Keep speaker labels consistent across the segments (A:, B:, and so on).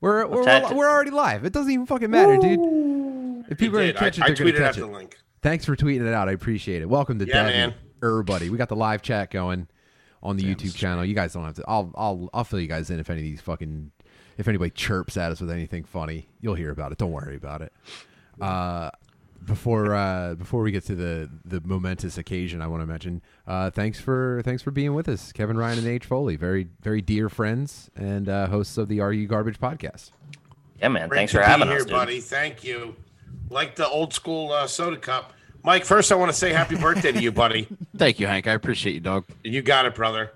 A: We're we're,
B: that?
A: we're, we're already live. It doesn't even fucking matter, dude. If people are
C: Did.
A: gonna
C: I, I
A: catch it, they're gonna
C: tweeted out
A: catch
C: the
A: it.
C: link.
A: Thanks for tweeting it out. I appreciate it. Welcome to
C: Yeah,
A: Dad and
C: man.
A: everybody. We got the live chat going on the YouTube channel. You guys don't have to. I'll I'll I'll fill you guys in if any of these fucking if anybody chirps at us with anything funny, you'll hear about it. Don't worry about it. Uh, before uh, before we get to the the momentous occasion, I want to mention uh, thanks for thanks for being with us, Kevin Ryan and H Foley, very very dear friends and uh, hosts of the RU Garbage podcast.
B: Yeah, man.
C: Great
B: Thanks
C: to
B: for
C: be
B: having
C: here,
B: us, dude.
C: buddy. Thank you. Like the old school uh, soda cup, Mike. First, I want to say happy birthday to you, buddy.
D: Thank you, Hank. I appreciate you, dog.
C: You got it, brother.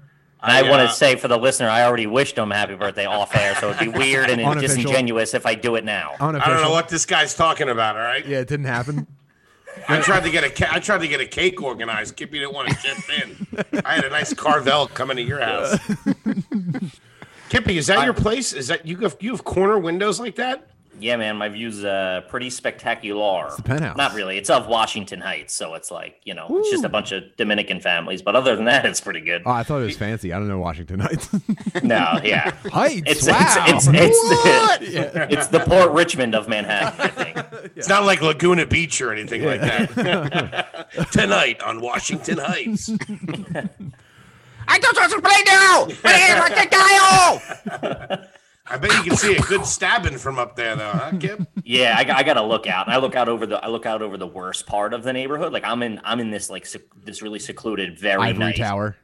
B: And I, want
C: uh,
B: to say for the listener, I already wished him happy birthday off air, so it'd be weird and
A: Unofficial.
B: disingenuous if I do it now.
C: I don't know
A: Unofficial.
C: what this guy's talking about. All right,
A: Yeah, it didn't happen.
C: I tried to get a ca- I tried to get a cake organized. Kippy didn't want to chip in. I had a nice Carvel coming to your house. Kippy, is that your place? Is that you? Have, you have corner windows like that?
B: Yeah, man, my view's uh, pretty spectacular. It's
A: the penthouse.
B: Not really. It's of Washington Heights, so it's like, you know, it's just a bunch of Dominican families. But other than that, it's pretty good.
A: Oh, I thought it was fancy. I don't know Washington Heights.
B: no, yeah.
A: Heights.
B: It's,
A: wow.
B: it's, it's, it's, the, it's the Port Richmond of Manhattan, I think.
C: It's not like Laguna Beach or anything like that. Tonight on Washington Heights.
D: I don't want to play now.
C: I bet you can see a good stabbing from up there, though, huh, Kip?
B: Yeah, I, got- I gotta look out. I look out over the I look out over the worst part of the neighborhood. Like I'm in I'm in this like sec- this really secluded, very
A: Ivory
B: nice
A: Tower.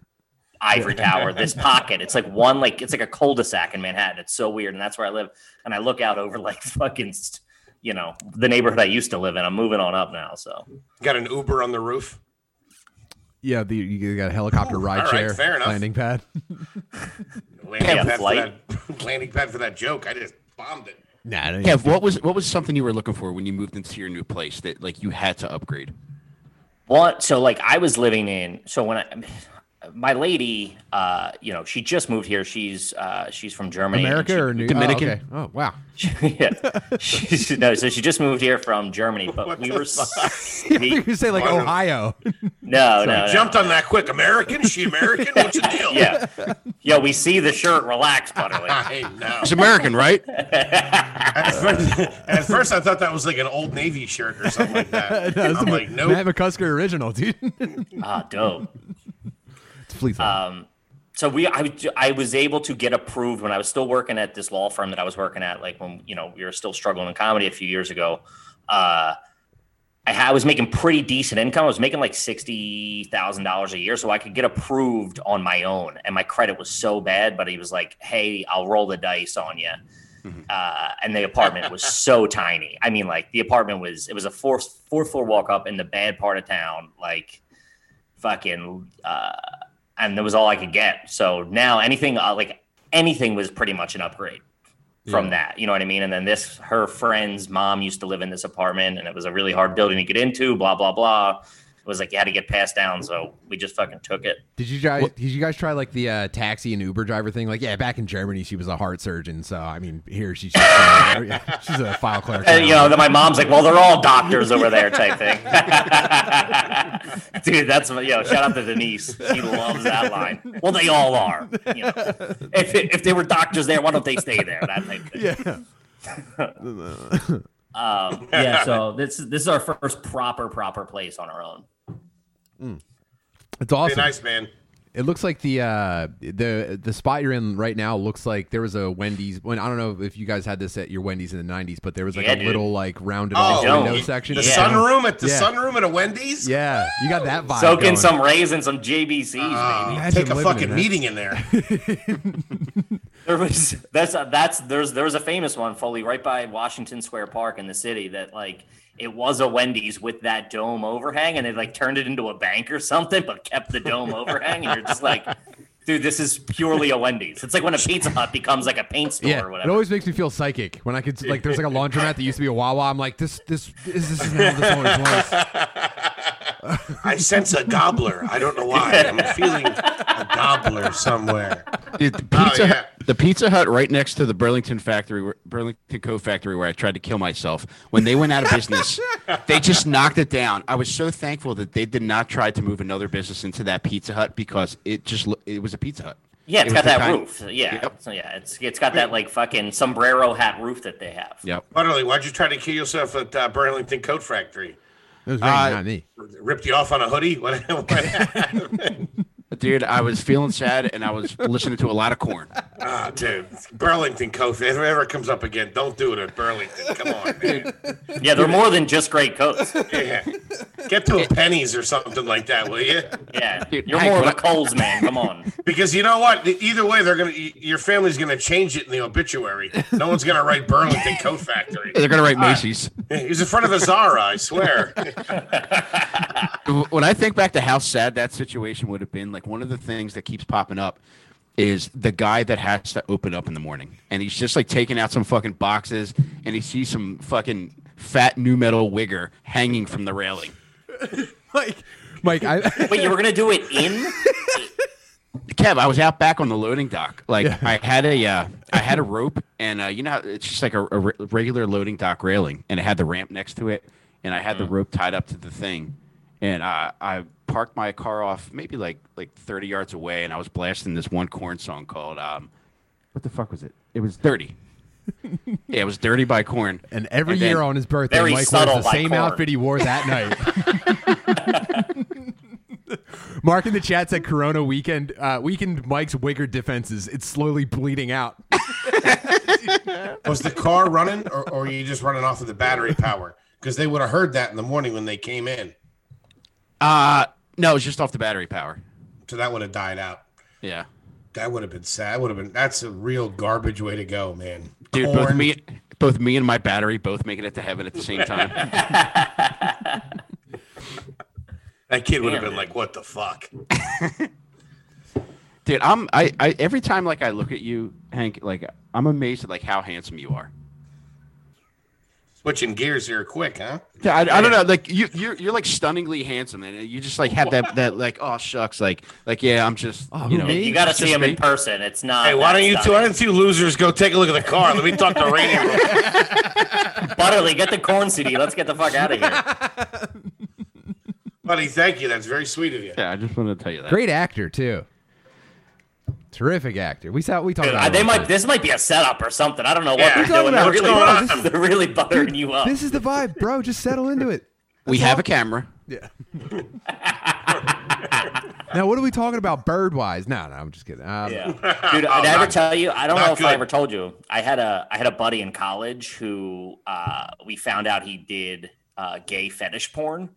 B: ivory tower. This pocket. It's like one like it's like a cul-de-sac in Manhattan. It's so weird, and that's where I live. And I look out over like fucking st- you know the neighborhood I used to live in. I'm moving on up now, so
C: Got an Uber on the roof.
A: Yeah, the, you got a helicopter ride
C: right,
A: share,
C: fair enough.
A: landing pad.
C: Landing,
B: Yeah,
C: pad for
B: flight.
C: that, landing pad for that joke. I just bombed it.
A: Nah, I don't
D: Kev, what was what was something you were looking for when you moved into your new place that like you had to upgrade?
B: Well, so like I was living in so when I my lady uh you know she just moved here she's uh she's from germany and
A: America
B: she-
A: or New
D: Dominican?
A: Oh, okay. oh wow.
B: yeah. She's, no, so she just moved here from Germany, but
C: What
B: we
C: the
B: were
C: fuck?
A: you
B: sweet.
A: could say like
C: Why not?
A: Ohio.
B: no, no, no.
C: Jumped on that quick. American? She American? What's the deal?
B: Yeah, yeah. We see the shirt. Relax, Butterly.
C: I know.
D: It's American, right?
C: At first, at first, I thought that was like an old Navy shirt or something like that. I'm like, nope.
A: Matt McCusker original, dude.
B: ah, dope.
A: Please.
C: Um,
B: So we, I, was- I was able to get approved when I was still working at this law firm that I was working at. Like when you know we were still struggling in comedy a few years ago. Uh, I, ha- I was making pretty decent income. I was making like sixty thousand dollars a year, so I could get approved on my own. And my credit was so bad, but he was like, "Hey, I'll roll the dice on you." Uh, and the apartment was so tiny. I mean, like the apartment was it was a fourth fourth floor walk up in the bad part of town, like fucking, uh, and that was all I could get. So now anything uh, like anything was pretty much an upgrade from that. You know what I mean? And then this, her friend's mom used to live in this apartment, and it was a really hard building to get into. Blah blah blah. It was like you had to get passed down, so we just fucking took it.
A: did you guys? Did you guys try like the uh, taxi and Uber driver thing? Like, yeah, back in Germany, she was a heart surgeon. So I mean, here she's just, uh, yeah, she's a file clerk.
B: And, you
A: now.
B: know, then my mom's like, "Well, they're all doctors over there," type thing. Dude, that's yo. Shout out to Denise. She loves that line. Well, they all are. You know, if if they were doctors there, why don't they stay there? That type thing.
A: yeah.
B: Um, yeah. So this is this is our first proper proper place on our own.
A: It's awesome.
C: Be nice, man.
A: It looks like the uh, the the spot you're in right now looks like there was a Wendy's. When I don't know if you guys had this at your Wendy's in the '90s, but there was like
B: Yeah,
A: a
B: dude.
A: little like rounded
C: Oh,
A: off window
C: you-
A: section.
C: the
B: Yeah.
C: sunroom at the
A: Yeah.
C: sunroom at a Wendy's.
A: Yeah, you got that vibe.
B: Soak in
A: going.
B: some raisins, some JBCs,
D: Ah.
B: baby.
C: Oh,
A: Imagine
C: take a
A: living in
C: fucking
A: that.
C: meeting in there.
B: There was that's that's there's there was a famous one Foley right by Washington Square Park in the city that like it was a Wendy's with that dome overhang and they like turned it into a bank or something but kept the dome overhang and you're just like dude this is purely a Wendy's it's like when a Pizza Hut becomes like a paint store
A: Yeah,
B: or
A: it
B: whatever
A: always makes me feel psychic when I could like. There's like a laundromat that used to be a Wawa. I'm like, this, this, is this is how this always was.
C: I sense a gobbler. I don't know why. I'm feeling a gobbler somewhere.
D: Dude, the
C: Oh,
D: pizza
C: yeah.
D: Hut- the Pizza Hut right next to the Burlington factory, where- Burlington Co factory, where I tried to kill myself. When they went out of business, they just knocked it down. I was so thankful that they did not try to move another business into that Pizza Hut because it just lo- it was a Pizza Hut.
B: Yeah, it's
D: It
B: got
D: was the
B: that
D: kind-
B: roof. Yeah,
D: Yep.
B: so, yeah, it's it's got that like fucking sombrero hat roof that they have.
D: Yep.
C: Butterly, why'd you try to kill yourself at uh, Burlington Coat Factory?
A: It was raining,
D: Uh,
A: not me.
C: Ripped you off on a hoodie? What? what-
D: Dude, I was feeling sad and I was listening to a lot of corn.
C: Ah, dude, Burlington Coat. If it ever comes up again, don't do it at Burlington. Come on, man.
B: Yeah, they're more than just great coats.
C: Yeah. Get to a pennies or something like that, will you?
B: Yeah,
D: Dude,
B: you're
D: Hank,
B: more of a
D: what I-
B: Coles man. Come on.
C: Because you know what? Either way, they're gonna y- your family's gonna change it in the obituary. No one's gonna write Burlington Coat Factory.
D: They're gonna write Macy's.
C: He was in front of a Zara, I swear.
D: When I think back to how sad that situation would have been, like one of the things that keeps popping up is the guy that has to open up in the morning, and he's just like taking out some fucking boxes, and he sees some fucking fat new metal wigger hanging from the railing.
A: Mike, Mike, I,
B: Wait, you were gonna do it in?
D: Kev, I was out back on the loading dock. Like
A: Yeah.
D: I had a, uh, I had a rope, and uh, you know, how it's just like a, a re- regular loading dock railing, and it had the ramp next to it, and I had
A: Mm.
D: the rope tied up to the thing, and I, I parked my car off maybe like like thirty yards away, and I was blasting this one corn song called, um, what the fuck was it? It was dirty. yeah, it was dirty by corn.
A: and every
D: And
A: year
D: then-
A: on his birthday,
B: Very
A: Mike wears
B: subtle
A: the
B: by
A: same
B: Korn.
A: outfit he wore that night. Mark in the chat said Corona weekend uh, weakened Mike's wigger defenses. It's slowly bleeding out.
C: was the car running, or, or were you just running off of the battery power? Because they would have heard that in the morning when they came in,
D: Uh no, it was just off the battery power.
C: so that would have died out.
D: Yeah.
C: That would have been sad. That would have been. That's a real garbage way to go, man.
D: Dude, both
C: Corn.
D: me, both me and my battery both making it to heaven at the same time.
C: That kid would have been
B: Damn.
C: like, "What the fuck?"
D: Dude, I'm I, I every time like I look at you, Hank, like I'm amazed at like how handsome you are.
C: Switching gears here, quick, huh?
D: Yeah, I, I don't know, like you you're you're like stunningly handsome and you just like have that that like oh shucks like like yeah, I'm just
A: Oh,
D: you
A: who
D: know
A: me?
B: You gotta
D: it's
B: see
D: just
B: him
D: me.
B: in person. It's not.
C: Hey, why
B: that
C: don't you two? Why
B: stunning.
C: don't you losers go take a look at the car? Let me talk to Rainy.
B: Butterly, get the corn CD. Let's get the fuck out of here.
C: Buddy, thank you. That's very sweet of you.
D: Yeah, I just wanted to tell you that.
A: Great actor too. Terrific actor. We saw we talked
B: Dude,
A: about. it
B: they
A: all the
B: might.
A: time.
B: This might be a setup or something. I don't know what
C: Yeah.
B: they're
C: What are
A: you
B: doing.
A: talking
B: They're
A: about?
C: What's going
B: really, buttering- they're really buttering you up.
A: This is the vibe, bro. Just settle into it.
D: We have a camera.
A: Yeah. now, what are we talking about bird-wise? No, no, I'm just kidding. Um,
B: Yeah, dude.
C: Oh,
B: I never
C: not-
B: tell you. I don't
C: not
B: know if I
C: good.
B: ever told you. I had a I had a buddy in college who uh, we found out he did uh, gay fetish porn,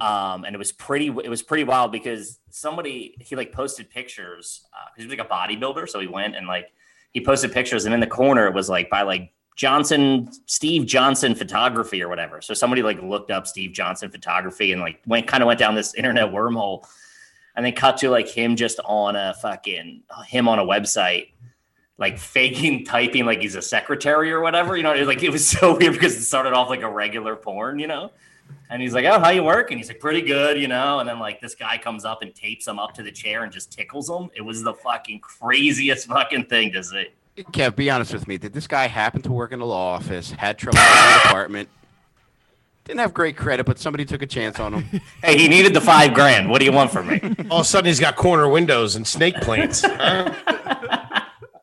B: um, and it was pretty it was pretty wild because somebody he like posted pictures. Uh, he was like a bodybuilder, so he went and like he posted pictures, and in the corner it was like by like Johnson Steve Johnson photography or whatever. So somebody like looked up Steve Johnson photography and like went kind of went down this internet wormhole and then cut to like him just on a fucking him on a website like faking typing like he's a secretary or whatever you know it was, like it was so weird because it started off like a regular porn you know and he's like oh how you work and he's like pretty good you know and then like this guy comes up and tapes him up to the chair and just tickles him it was the fucking craziest fucking thing to see
D: Kev, be honest with me. Did this guy happen to work in the law office? Had trouble in the department? Didn't have great credit, but somebody took a chance on him.
B: hey he needed the five grand what do you want from me
C: All of a sudden, he's got corner windows and snake planes.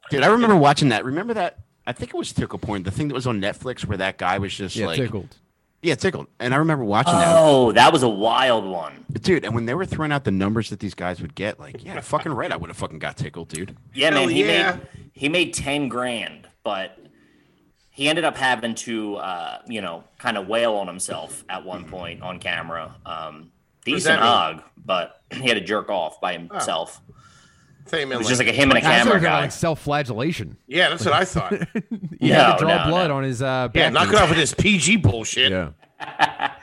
D: Dude, I remember watching that. Remember that? I think it was Tickle Porn, the thing that was on Netflix where that guy was just
A: yeah,
D: like,
A: tickled.
D: yeah, tickled. And I remember watching
B: oh that was a wild one
D: that, dude. And when they were throwing out the numbers that these guys would get, like, yeah, fucking right, I would have fucking got tickled, dude.
B: Yeah,
C: Hell
B: man, he
C: yeah.
B: made he made ten grand, but he ended up having to, uh, you know, kind of wail on himself at one point on camera. Um,
C: does that
B: decent hog, but he had to jerk off by himself.
C: Same
B: It
C: in Oh.
B: was
C: like-
B: just like a him and a
A: I was
B: camera
A: talking
B: guy.
A: about like self-flagellation.
C: yeah, that's what I thought.
A: He had to
B: No,
A: draw
B: no,
A: blood
B: no.
A: on his uh, back.
C: Yeah, knock it off with this PG bullshit.
A: Yeah.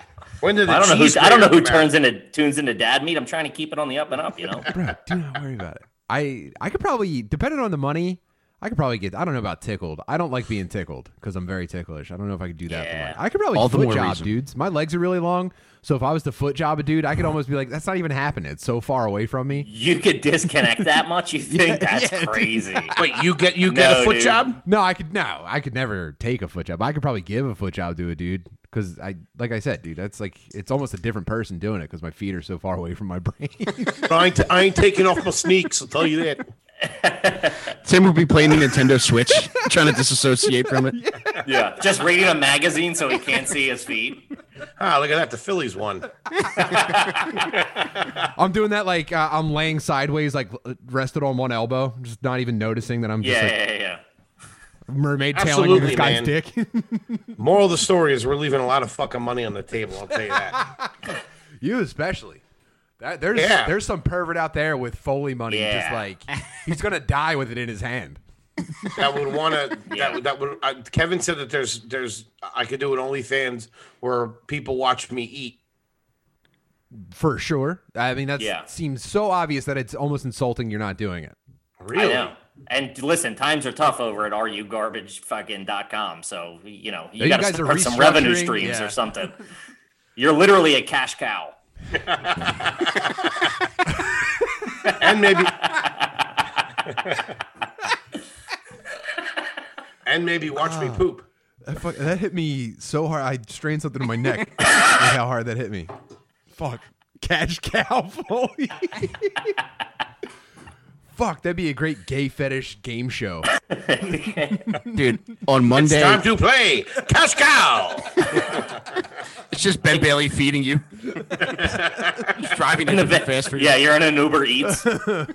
C: When did the
B: I don't know who
C: cheese
B: I don't know who
C: grater come out?
B: turns into tunes into dad meat. I'm trying to keep it on the up and up, you know.
A: Bro, do not worry about it. I I could probably, depending on the money, I could probably get. I don't know about tickled. I don't like being tickled because I'm very ticklish. I don't know if I could do that.
B: Yeah.
A: For money. I could probably
D: All the
A: foot
D: more
A: job
D: reason.
A: dudes. My legs are really long, so if I was to foot job a dude, I could almost be like, "That's not even happening. It's so far away from me."
B: You could disconnect that much? You think that's crazy?
C: Wait, you get you get
B: No,
C: a foot
B: dude.
C: job?
A: No, I could no, I could never take a foot job. I could probably give a foot job to a dude because I, like I said, dude, that's like it's almost a different person doing it because my feet are so far away from my brain.
C: But I ain't, I ain't taking off my sneaks. I'll tell you that.
D: Tim would be playing the Nintendo Switch, trying to disassociate from it.
B: Yeah, just reading a magazine so he can't see his feet.
C: Ah, look at that. The Phillies won.
A: I'm doing that like uh, I'm laying sideways, like l- rested on one elbow, just not even noticing that I'm just
B: Yeah,
A: like
B: yeah, yeah.
A: mermaid tailing this
C: Absolutely,
A: guy's
C: man.
A: dick.
C: Moral of the story is we're leaving a lot of fucking money on the table. I'll tell you that.
A: you especially. That, there's
C: Yeah.
A: there's some pervert out there with Foley money, just
B: Yeah.
A: like he's gonna die with it in his hand.
C: That would want to. That would. That would. Uh, Kevin said that there's. There's. I could do an OnlyFans where people watch me eat.
A: For sure. I mean, that
B: Yeah.
A: seems so obvious that it's almost insulting you're not doing it.
B: I
C: Really?
B: know. And listen, times are tough over at rugarbage.com. So, you know, you
A: You
B: got to
A: guys are
B: start some revenue
A: restructuring?
B: streams
A: Yeah.
B: or something. You're literally a cash cow.
C: And maybe. and maybe watch me poop.
A: That, fuck, that hit me so hard. I strained something in my neck. with how hard that hit me. Fuck. Cash cow Foley. Fuck, that'd be a great gay fetish game show.
D: Dude, on Monday, it's,
C: Time to play cash cow.
D: just Ben Bailey feeding you. Just driving to the fast food.
B: Yeah, you're in an Uber Eats.
A: All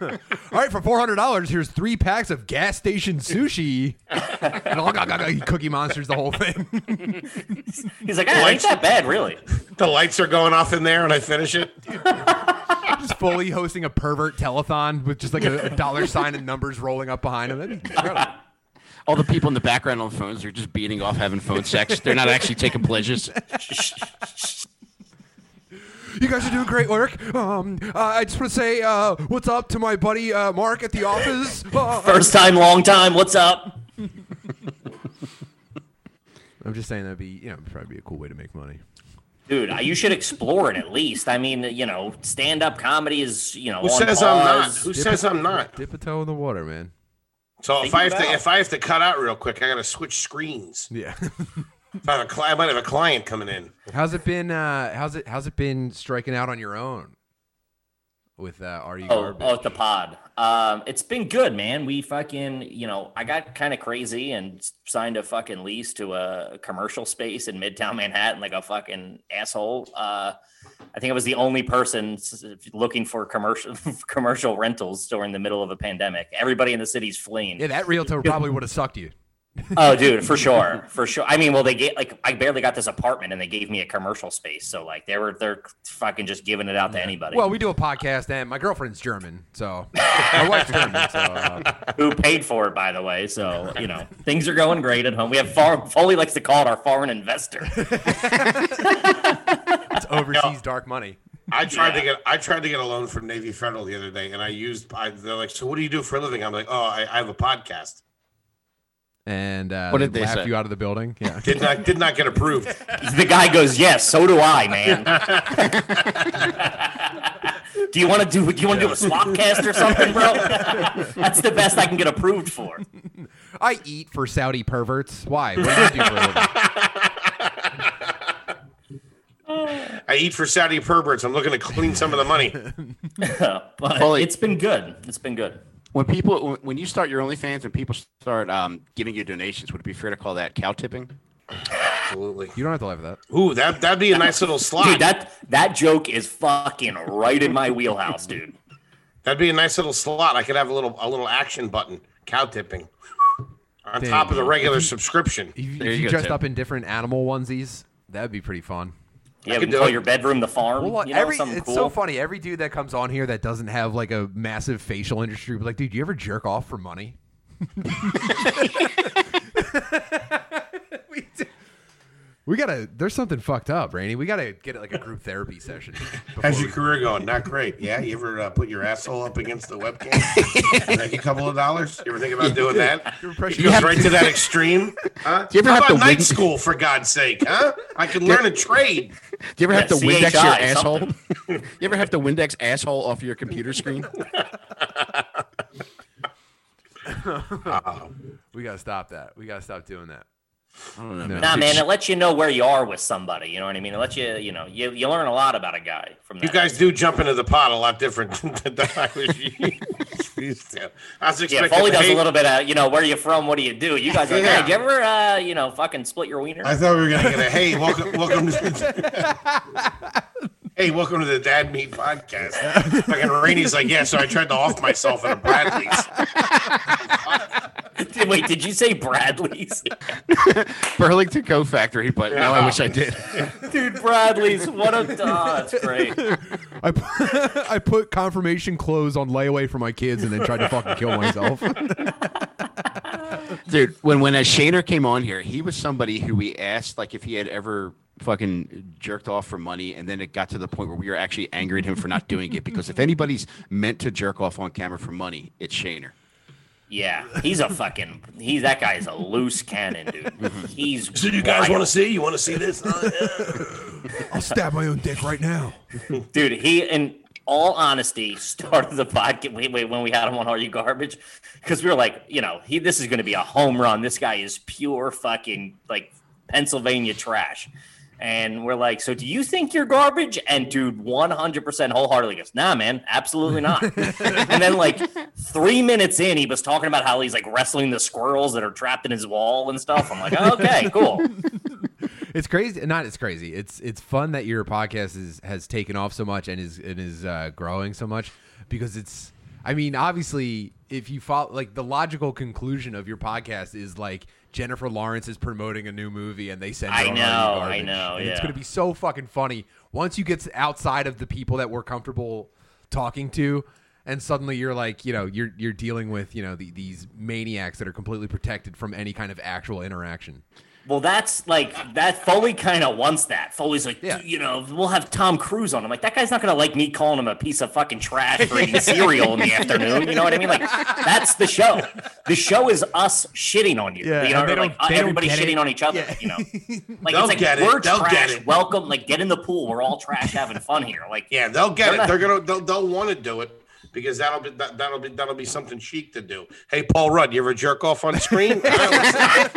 A: right, for four hundred dollars, here's three packs of gas station sushi. and all, cookie monsters, the whole thing.
B: He's like, ah, ain't that bad, really.
C: The lights are going off in there, and I finish it.
A: just fully hosting a pervert telethon with just like a, a dollar sign and numbers rolling up behind him. That'd be incredible.
D: All the people in the background on phones are just beating off, having phone sex. They're not actually taking pleasures.
A: You guys are doing great work. Um, uh, I just want to say uh, what's up to my buddy uh, Mark at the office. Uh,
B: First time, long time. What's up?
A: I'm just saying that'd be you know probably be a cool way to make money.
B: Dude, I- you should explore it at least. I mean, you know, stand up comedy is, you know,
C: Who
B: on
C: says I'm not?
B: pause.
C: Who says I'm not?
A: Dip a toe in the water, man.
C: So if
B: Think
C: I have to
B: about it.
C: if I have to cut out real quick, I gotta switch screens.
A: Yeah.
C: If I, have a cli- I might have a client coming in.
A: how's it been? Uh, how's it? How's it been striking out on your own? With uh, are you
B: Oh,
A: garbage?
B: oh, the pod. Um, it's been good, man. We fucking, you know, I got kind of crazy and s- signed a fucking lease to a commercial space in Midtown Manhattan, like a fucking asshole. Uh, I think I was the only person s- s- looking for commercial commercial rentals during the middle of a pandemic. Everybody in the city's fleeing.
A: yeah, that realtor probably would have sucked you.
B: Oh, dude, for sure, for sure. I mean, well, they get like I barely got this apartment, and they gave me a commercial space. So like they were they're fucking just giving it out to anybody.
A: Well, we do a podcast, and my girlfriend's German, so my wife's German. So uh,
B: who paid for it, by the way. So you know things are going great at home. We have foreign. Foley likes to call it our foreign investor.
A: it's overseas dark money.
C: I tried to get I tried to get a loan from Navy Federal the other day, and I used. I, they're like, "So what do you do for a living?" I'm like, "Oh, I, I have a podcast."
A: And uh,
D: What did they
A: laughed
D: say?
A: you out of the building? Yeah.
C: Did not did not get approved.
B: The guy goes, "Yes, so do I, man." do you want to do? Do you want to do a swap cast or something, bro? That's the best I can get approved for.
A: I eat for Saudi perverts. Why? What do you do for a living?
C: I eat for Saudi perverts. I'm looking to clean some of the money.
B: But
D: Foley-
B: it's been good. It's been good.
D: When people, when- when you start your OnlyFans and people start um, giving you donations, would it be fair to call that cow tipping?
C: Absolutely.
A: You don't have to laugh at that.
C: Ooh, that that'd be a nice little slot.
B: Dude, that that joke is fucking right in my wheelhouse, dude.
C: That'd be a nice little slot. I could have a little a little action button, cow tipping, on
A: Damn.
C: top of the regular subscription.
A: If, you-
D: There
A: if
D: you
A: you
D: go,
A: dressed
D: Tim.
A: up in different animal onesies, that'd be pretty fun.
B: Yeah, we
C: could
B: can
C: do
B: call
C: it.
B: your bedroom the farm.
A: Well, like,
B: you know,
A: every
B: something
A: it's
B: cool.
A: so funny. Every dude that comes on here that doesn't have like a massive facial industry, but like, dude, you ever jerk off for money? we, do- we gotta. There's something fucked up, Rainey. We gotta get like a group therapy session. before
C: How's your
A: we-
C: career going? Not great. Yeah, you ever uh, put your asshole up against the webcam? Make a couple of dollars. You ever think about doing that?
A: Your impression-
C: It goes right to that extreme. Huh?
D: Do you ever
C: How
D: have to
C: about night
D: wing-
C: school for God's sake? Huh? I could learn a trade.
D: Do you ever have
B: Yeah,
D: to Windex your
B: CHI,
D: asshole?
B: something.
D: you ever have to Windex asshole off your computer screen?
A: we gotta stop that. We gotta stop doing that.
B: Nah, man, it lets you know where you are with somebody. You know what I mean? It lets you, you know, you, you learn a lot about a guy from that.
C: You guys do jump into the pot a lot different than I was. These two. I was
B: Yeah,
C: expecting
B: Foley does a
C: Hank-
B: little bit of, you know, where are you from? What do you do? You guys are like,
C: Yeah.
B: hey, you ever, uh, you know, fucking split your wiener?
E: I thought we were
C: I
E: gonna
C: get a, hey, welcome, welcome to. hey, welcome to the Dad Meat Podcast. Fucking Rainey's like, yeah. So I tried to off myself at a Bradley's.
B: Wait, did you say Bradley's?
D: Burlington Co Factory, but no, I wish I did.
B: Dude, Bradley's. What a. Oh, that's great.
A: I put, I put confirmation clothes on layaway for my kids and then tried to fucking kill myself.
D: Dude, when when uh, Shaner came on here, he was somebody who we asked like if he had ever fucking jerked off for money, and then it got to the point where we were actually angry at him for not doing it because if anybody's meant to jerk off on camera for money, it's Shaner.
B: Yeah, he's a fucking. He's that guy is a loose cannon, dude. He's.
C: So you guys want to
B: wild.
C: see? You want to see this? Oh,
A: I'll stab my own dick right now.
B: dude? He in all honesty started the podcast. Wait, wait, when we had him on Are You Garbage? Because we were like, you know, he this is going to be a home run. This guy is pure fucking like Pennsylvania trash. And we're like, so do you think you're garbage? And dude, 100% wholeheartedly goes, nah, man, absolutely not. and then, like, three minutes in, he was talking about how he's like wrestling the squirrels that are trapped in his wall and stuff. I'm like, okay, cool.
A: It's crazy. Not it's crazy. It's it's fun that your podcast is has taken off so much and is and is uh, growing so much because it's. I mean, obviously, if you follow like the logical conclusion of your podcast is like Jennifer Lawrence is promoting a new movie and they send. Her
B: I
A: on Are You
B: know, I
A: Garbage.
B: know,
A: And It's
B: yeah.
A: gonna be so fucking funny once you get outside of the people that we're comfortable talking to. And suddenly you're like, you know, you're you're dealing with, you know, the, these maniacs that are completely protected from any kind of actual interaction.
B: Well, that's like that. Foley kind of wants that. Foley's like,
A: Yeah.
B: you know, we'll have Tom Cruise on. I'm like, that guy's not gonna like me calling him a piece of fucking trash for eating cereal in the afternoon. You know what I mean? Like, that's the show. The show is us shitting on you.
A: Yeah,
B: you know,
A: and they
B: or, like uh,
A: don't- they don't
B: everybody
A: get
B: shitting
A: it.
B: on each other.
A: Yeah.
B: You know, like
C: They'll
B: it's like
C: get it.
B: we're
C: They'll get
B: trash.
C: it.
B: Welcome, like get in the pool. We're all trash having fun here. Like,
C: yeah, they'll get
B: They're
C: it.
B: not-
C: They're gonna. They'll, they'll want to do it because that'll be that, that'll be that'll be something chic to do. Hey, Paul Rudd, you ever jerk off on screen? Back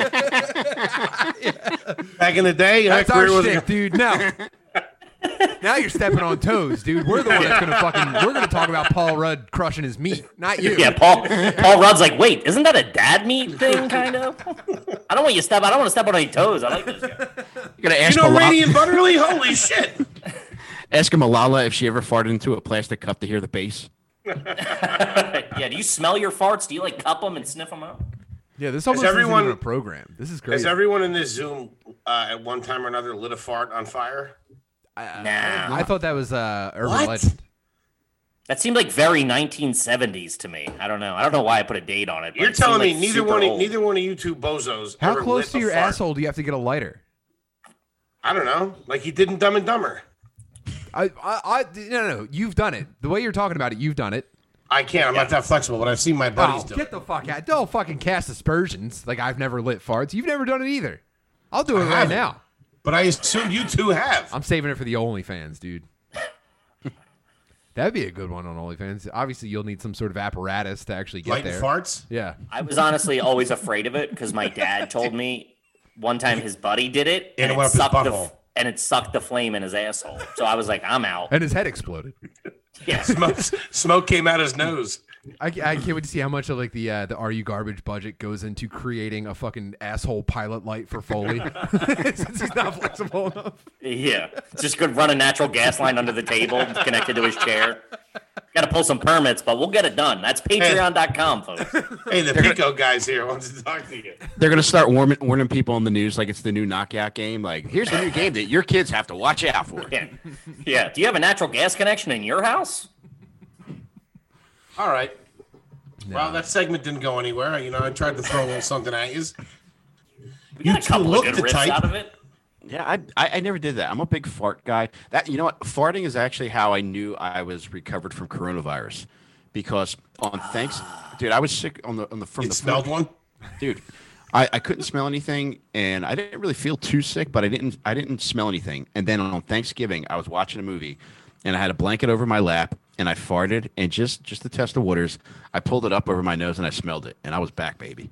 C: in the day,
A: That's
C: that
A: our
C: career was-
A: shtick, dude. Now, now you're stepping on toes, dude. We're the one that's gonna fucking. We're gonna talk about Paul Rudd crushing his meat, not you.
B: yeah, Paul. Paul Rudd's like, wait, isn't that a dad meat thing? Kind of. I don't want you to step. I don't want to step on any toes. I like this guy.
D: You're gonna
C: You
D: ask,
C: know,
D: Malala,
C: Rainey and Butterly. Holy shit!
D: ask Malala if she ever farted into a plastic cup to hear the bass.
B: yeah, do you smell your farts? Do you like cup them and sniff them out?
A: yeah. This almost
C: Is everyone-
A: isn't even a program. This is
C: Is
A: crazy.
C: everyone in this Zoom uh, at one time or another lit a fart on fire? Uh,
B: Nah.
A: I thought that was uh, urban
C: What?
A: legend.
B: That seemed like very 1970s to me. I don't know. I don't know why I put a date on it. but
C: You're
B: it seemed
C: telling me
B: like
C: neither
B: super
C: one, of,
B: old.
C: neither one of you two bozos.
A: How
C: ever
A: close
C: lit
A: to
C: a
A: your
C: fart.
A: asshole do you have to get a lighter?
C: I don't know. Like he did in Dumb and Dumber.
A: I, I, I no, no, no. You've done it. The way you're talking about it, you've done it.
C: I can't. I'm not that flexible, but I've seen my buddies
A: Oh,
C: do
A: get
C: it.
A: the fuck out! Don't fucking cast aspersions. Like I've never lit farts. You've never done it either. I'll do it right
C: haven't.
A: now.
C: But I assume you two have.
A: I'm saving it for the OnlyFans, dude. That'd be a good one on OnlyFans. Obviously, you'll need some sort of apparatus to actually get
C: Lighting
A: there.
C: farts.
A: Yeah.
B: I was honestly always afraid of it because my dad told me one time his buddy did it
C: And
B: and
C: it went
B: it
C: up his
B: sucked the
C: butthole.
B: f- and it sucked the flame in his asshole. So I was like, I'm out.
A: And his head exploded.
B: Yeah.
C: Smoke, smoke came out his nose.
A: I, I can't wait to see how much of like the uh, the RU garbage budget goes into creating a fucking asshole pilot light for Foley since he's not flexible enough.
B: Yeah. Just could run a natural gas line under the table connected to his chair. Got to pull some permits, but we'll get it done. That's patreon.com, folks.
C: Hey, the Pico guys here wants to talk to you.
D: They're gonna start warming, warning people on the news like it's the new knockout game. Like here's the new game that your kids have to watch out for.
B: Yeah. Yeah. Do you have a natural gas connection in your house?
C: All right. Well, that segment didn't go anywhere. You know, I tried to throw a little something at you.
B: We
C: You
B: got a
C: two
B: couple
C: look
B: of good
C: the
B: riffs
C: type.
B: out of it.
D: Yeah, I, I I never did that. I'm a big fart guy. That you know what? Farting is actually how I knew I was recovered from coronavirus, because on thanks, dude, I was sick on the on the from
C: It
D: the
C: smelled one.
D: dude. I, I couldn't smell anything, and I didn't really feel too sick, but I didn't I didn't smell anything. And then on Thanksgiving, I was watching a movie, and I had a blanket over my lap, and I farted, and just just to test the waters, I pulled it up over my nose, and I smelled it, and I was back, baby.